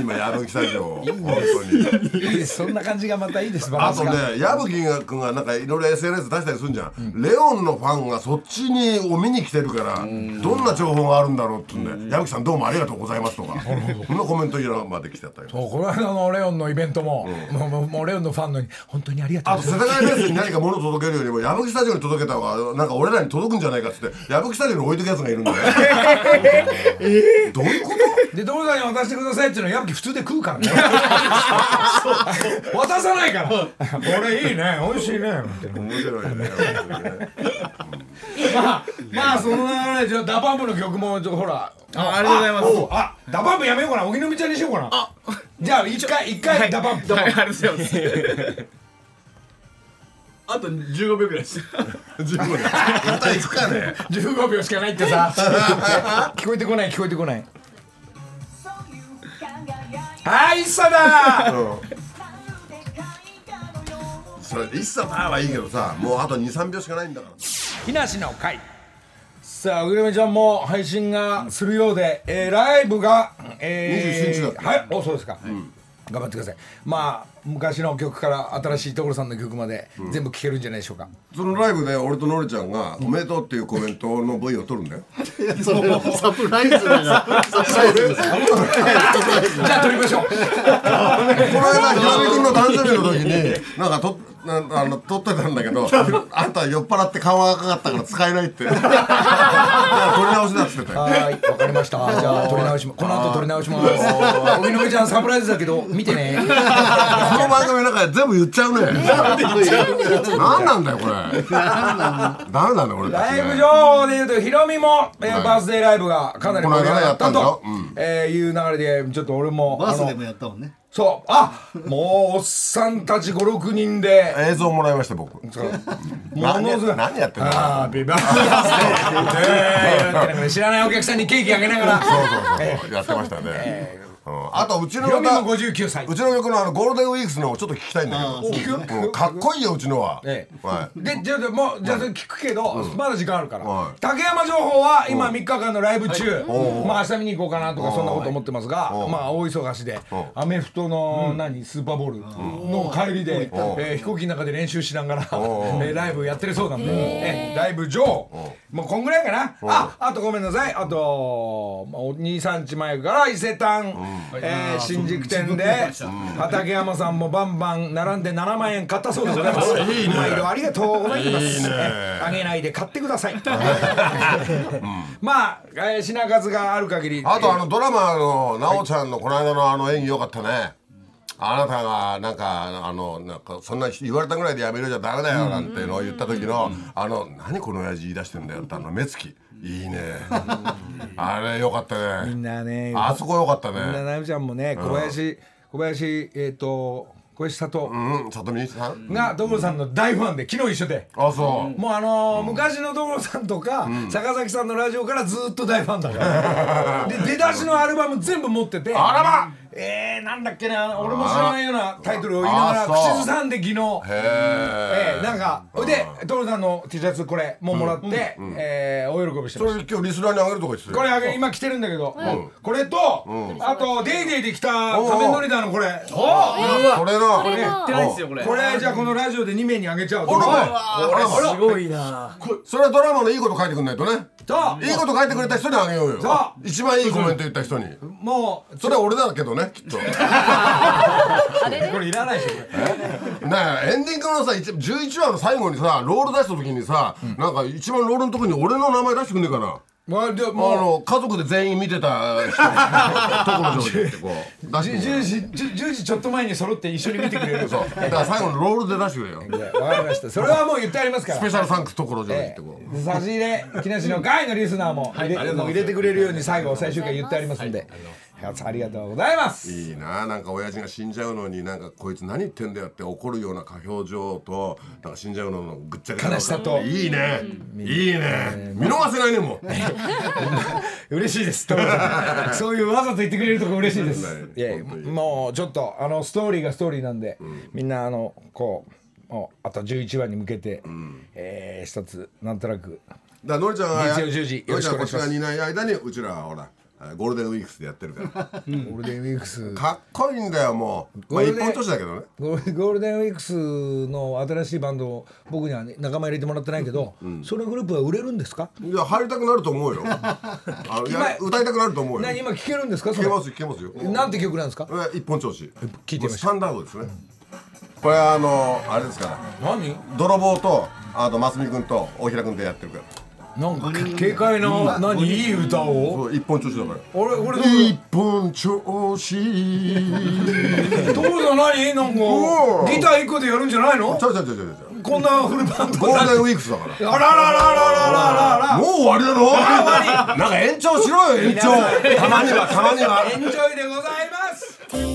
Speaker 2: 今矢吹スタジオを本当に
Speaker 1: そんな感じがまたいいですバ
Speaker 2: あ
Speaker 1: ラン
Speaker 2: と
Speaker 1: スが
Speaker 2: ね矢吹君がなんかいろいろ SNS 出したりするじゃん、レオンのファンがそっちにを見に来てるからどんな情報があるんだろうってんで、矢吹さんどうもありがとうございますとかそんなコメントいらまで来てたよ
Speaker 1: もうこの間のレオンのイベントも、もうもうもうレオンのファンのに本当にありがとう
Speaker 2: あ
Speaker 1: ご
Speaker 2: と
Speaker 1: ざい
Speaker 2: 世
Speaker 1: ま
Speaker 2: 田谷ベースに何か物を届けるよりも矢吹スタジオに届けた方がなんか俺らに届くんじゃないかっつって矢吹スタジオに置いとくやつがいるんだよどういうこ
Speaker 1: すで所さんに渡してくださいっていうのはやっぱり普通で食う からね渡さないからこれいいね美味しいねみたいな
Speaker 2: と面白いね
Speaker 1: まあ、まあ、その流れで、じゃあ、ダパンプの曲も、ちょほら。
Speaker 8: あありがとうございます
Speaker 1: おうあ、ダパンプやめようかな、荻野目ちゃんにしようかな。じゃあ、一回、一回、ダパンプ。
Speaker 8: はいありがとうございます
Speaker 4: あと15秒ぐらいです。
Speaker 2: 十分だまた行くかね
Speaker 1: 十五秒しかないって さ。聞こえてこない、聞こえてこない。はい、一さだ。
Speaker 2: それ一切まあはいいけどさもうあと23秒しかないんだから
Speaker 1: 木梨の会。さあ、荻野目ちゃんも配信がするようで、えー、ライブが。えー
Speaker 2: 27日だって
Speaker 1: はい、お、そうですか。頑張ってください。まあ、昔の曲から新しい所さんの曲まで、全部聴けるんじゃないでしょうか。
Speaker 2: そのライブで俺とノリちゃんが「おめでとう」っていうコメントの V を取 るんだよ
Speaker 8: それは サプライズだな
Speaker 1: じゃあ、撮りましょう。
Speaker 2: この間ひろみ君の誕生日の時 になんかとなあの撮ってたんだけ どあんた酔っ払って顔が赤かったから使えないって だから撮り直しだっつってたよ
Speaker 1: はい、わかりました。じゃあ、取り直しま、この後取り直します。荻野目ちゃん、サプライズだけど、見てね。
Speaker 2: この番組の中で全部言っちゃうね。何なんだよこれ。ダメなんだよ俺たち
Speaker 1: ラ
Speaker 2: ね。
Speaker 1: イブ情報で言うと、ヒロミも、えーバースデーライブがかなり盛り上がった
Speaker 2: この間やっ
Speaker 1: と
Speaker 2: たんだうん、
Speaker 1: えーいう流れで、ちょっと俺も、
Speaker 8: バース
Speaker 1: あ
Speaker 8: で
Speaker 1: の
Speaker 8: もやったもんね
Speaker 1: そう、あもう、おっさんたち5、6人で、
Speaker 2: 映像もらいました僕。
Speaker 1: ものすごい。
Speaker 2: 何やってんの。
Speaker 1: ああ、ビバースデーって言ってなんか知らないお客さんにケーキあげながら、
Speaker 2: そうそうそうそうやってましたね。うんあとうちの
Speaker 1: ヒロミも
Speaker 2: 59歳うちの曲のあのゴールデンウィークスのをちょっと聞きたいんだけど
Speaker 1: あ
Speaker 2: うんかっこいいようちのは、
Speaker 1: え
Speaker 2: はい
Speaker 1: でじゃあもうじゃあそれ聞くけど、
Speaker 2: うん
Speaker 1: まだ時間あるから、
Speaker 2: はい
Speaker 1: 竹山情報は今3
Speaker 2: うん
Speaker 1: 日間のライブ中、
Speaker 2: うん
Speaker 1: まあ明日見に行こうかなと
Speaker 2: う
Speaker 1: か
Speaker 2: ん
Speaker 1: そんなこと思ってますが、まあ大忙しで、アメフトの何スーパーボールの帰りで、
Speaker 2: うん
Speaker 1: えー飛行機の中で練習しながら、
Speaker 2: ん
Speaker 1: えーライブやってるそうなんで、
Speaker 2: うん
Speaker 1: えーライブ上もうこんぐらいかな、
Speaker 2: うん
Speaker 1: ああとごめんなさいあと、まあ、23日前から伊勢丹、えー新宿店で畠山さんもバンバン並んで7万円買ったそうでございます
Speaker 2: いいね
Speaker 1: 毎度ありがとうございます
Speaker 2: いいね
Speaker 1: えあげないで買ってくださいまあ、えー品数がある限り
Speaker 2: あとあのドラマの奈緒ちゃんのこの間のあの演技良かったね。あなたがなんかあのなんかそんな言われたぐらいでやめるじゃダメだよなんていうのを言った時の、あの何この親父言い出してんだよってあの目つきいいねあれ良かったね
Speaker 1: みんなね
Speaker 2: あそこ良かったね
Speaker 1: みんななみちゃんもね小林、小林えっ、と小林里
Speaker 2: うん里見さん
Speaker 1: が所さんの大ファンで昨日一緒で
Speaker 2: あそう
Speaker 1: もうあのー昔の所さんとか、坂崎さんのラジオからずっと大ファンだ からで出だしのアルバム全部持ってて
Speaker 2: あらま
Speaker 1: えー、なんだっけねあの俺も知らないようなタイトルを言いながら
Speaker 2: あそう
Speaker 1: 口ずさんで昨日えー、
Speaker 2: へ
Speaker 1: なんかで所さんの T シャツこれももらって、
Speaker 2: うんうん
Speaker 1: えーお喜びして
Speaker 2: そ
Speaker 1: ま
Speaker 2: れ
Speaker 1: した
Speaker 2: 今日リスナーにあげるとこ言ってたよ
Speaker 1: これあげ今着てるんだけど、
Speaker 2: うん
Speaker 1: これと、
Speaker 2: うん
Speaker 1: あとデイデイで着た仮面ノリダーのこれ
Speaker 2: おおこれな
Speaker 1: これ
Speaker 2: 売ってないっすよこれ
Speaker 1: これじゃあこのラジオで2名にあげちゃう
Speaker 2: おらおい
Speaker 1: あら
Speaker 2: これすごい
Speaker 6: な
Speaker 2: それはドラマのいいこと書いてくんないとね
Speaker 1: そう
Speaker 2: いいこと書いてくれた人にあげようよ
Speaker 1: そ
Speaker 2: 一番いいコメント言った人に
Speaker 1: もう
Speaker 2: それは俺だけどねきっとね
Speaker 1: これいらないでしょこれ
Speaker 2: えエンディングのさ一11話の最後にさロール出した時にさ、なんか一番ロールのとこに俺の名前出してくんねえかな
Speaker 1: まあ、で
Speaker 2: あ
Speaker 1: もう
Speaker 2: の家族で全員見てた 人とこの上でってこう出してくれ
Speaker 1: 10時10時ちょっと前に揃って一緒に見てくれる
Speaker 2: そうだから最後のロールで出してくれよ
Speaker 1: わかりましたそれはもう言ってありますから
Speaker 2: スペシャルサンクスところ上でってこう、
Speaker 1: 差し入れ木梨の会のリスナーも入れ,、
Speaker 2: ありがとうございます
Speaker 1: 入れてくれるように最後最終回言ってありますんで、ありがとうございます
Speaker 2: いいななんか親父が死んじゃうのになんかこいつ何言ってんだよって怒るような過表情となんか死んじゃうののぐっちゃぐちゃな
Speaker 1: 悲しさと
Speaker 2: いいねいいね見逃せないねもう
Speaker 1: 嬉しいです徹 さんそういうわざと言ってくれるとこ嬉しいですいやもうちょっとあのストーリーがストーリーなんで、みんなあのこうもうあと11話に向けて、えー一つなんとなく
Speaker 2: だからのりちゃんが
Speaker 1: 日曜10時よ
Speaker 2: の
Speaker 1: ろ
Speaker 2: り
Speaker 1: し
Speaker 2: ちゃ
Speaker 1: く
Speaker 2: ん
Speaker 1: お願
Speaker 2: がこっ
Speaker 1: い
Speaker 2: ち
Speaker 1: しま
Speaker 2: 側
Speaker 1: す
Speaker 2: にいない間にうちらはほらあゴールデンウィークスでやってるから
Speaker 1: ゴールデンウィークス
Speaker 2: かっこいいんだよもうま
Speaker 1: ゴール
Speaker 2: あ一
Speaker 1: デン
Speaker 2: 本年だけどね
Speaker 1: ゴールゴールデンウィークスの新しいバンドを僕にはね仲間入れてもらってないけど、そのグループは売れるんですか
Speaker 2: いや入りたくなる と思うよあのいや歌いたくなると思うよ
Speaker 1: 何今聞けるんですか
Speaker 2: 聞
Speaker 1: そ
Speaker 2: け
Speaker 1: れ
Speaker 2: ますよ聞けますよ
Speaker 1: なんて曲なんですか
Speaker 2: え一本調子
Speaker 1: 聞いてみましょう
Speaker 2: スタンダードですねこれはあのあれですから
Speaker 1: 何
Speaker 2: 泥棒とあとますみ君と大平君でやってるから
Speaker 1: なんか軽快な何いい歌を
Speaker 2: そう一本調子だから
Speaker 1: 俺俺
Speaker 2: 一本 調子
Speaker 1: どうぞ何なんか
Speaker 2: おう
Speaker 1: ギター一個でやるんじゃないの
Speaker 2: ちゃうちゃうちゃうちゃうちゃう
Speaker 1: こんなフルバンド
Speaker 2: ゴール
Speaker 1: だ
Speaker 2: デンウィークスだから
Speaker 1: あらららららららら
Speaker 2: もう終わりだろなんか延長しろよ延長たまにはたまには
Speaker 1: エンジョイでございます
Speaker 11: TBS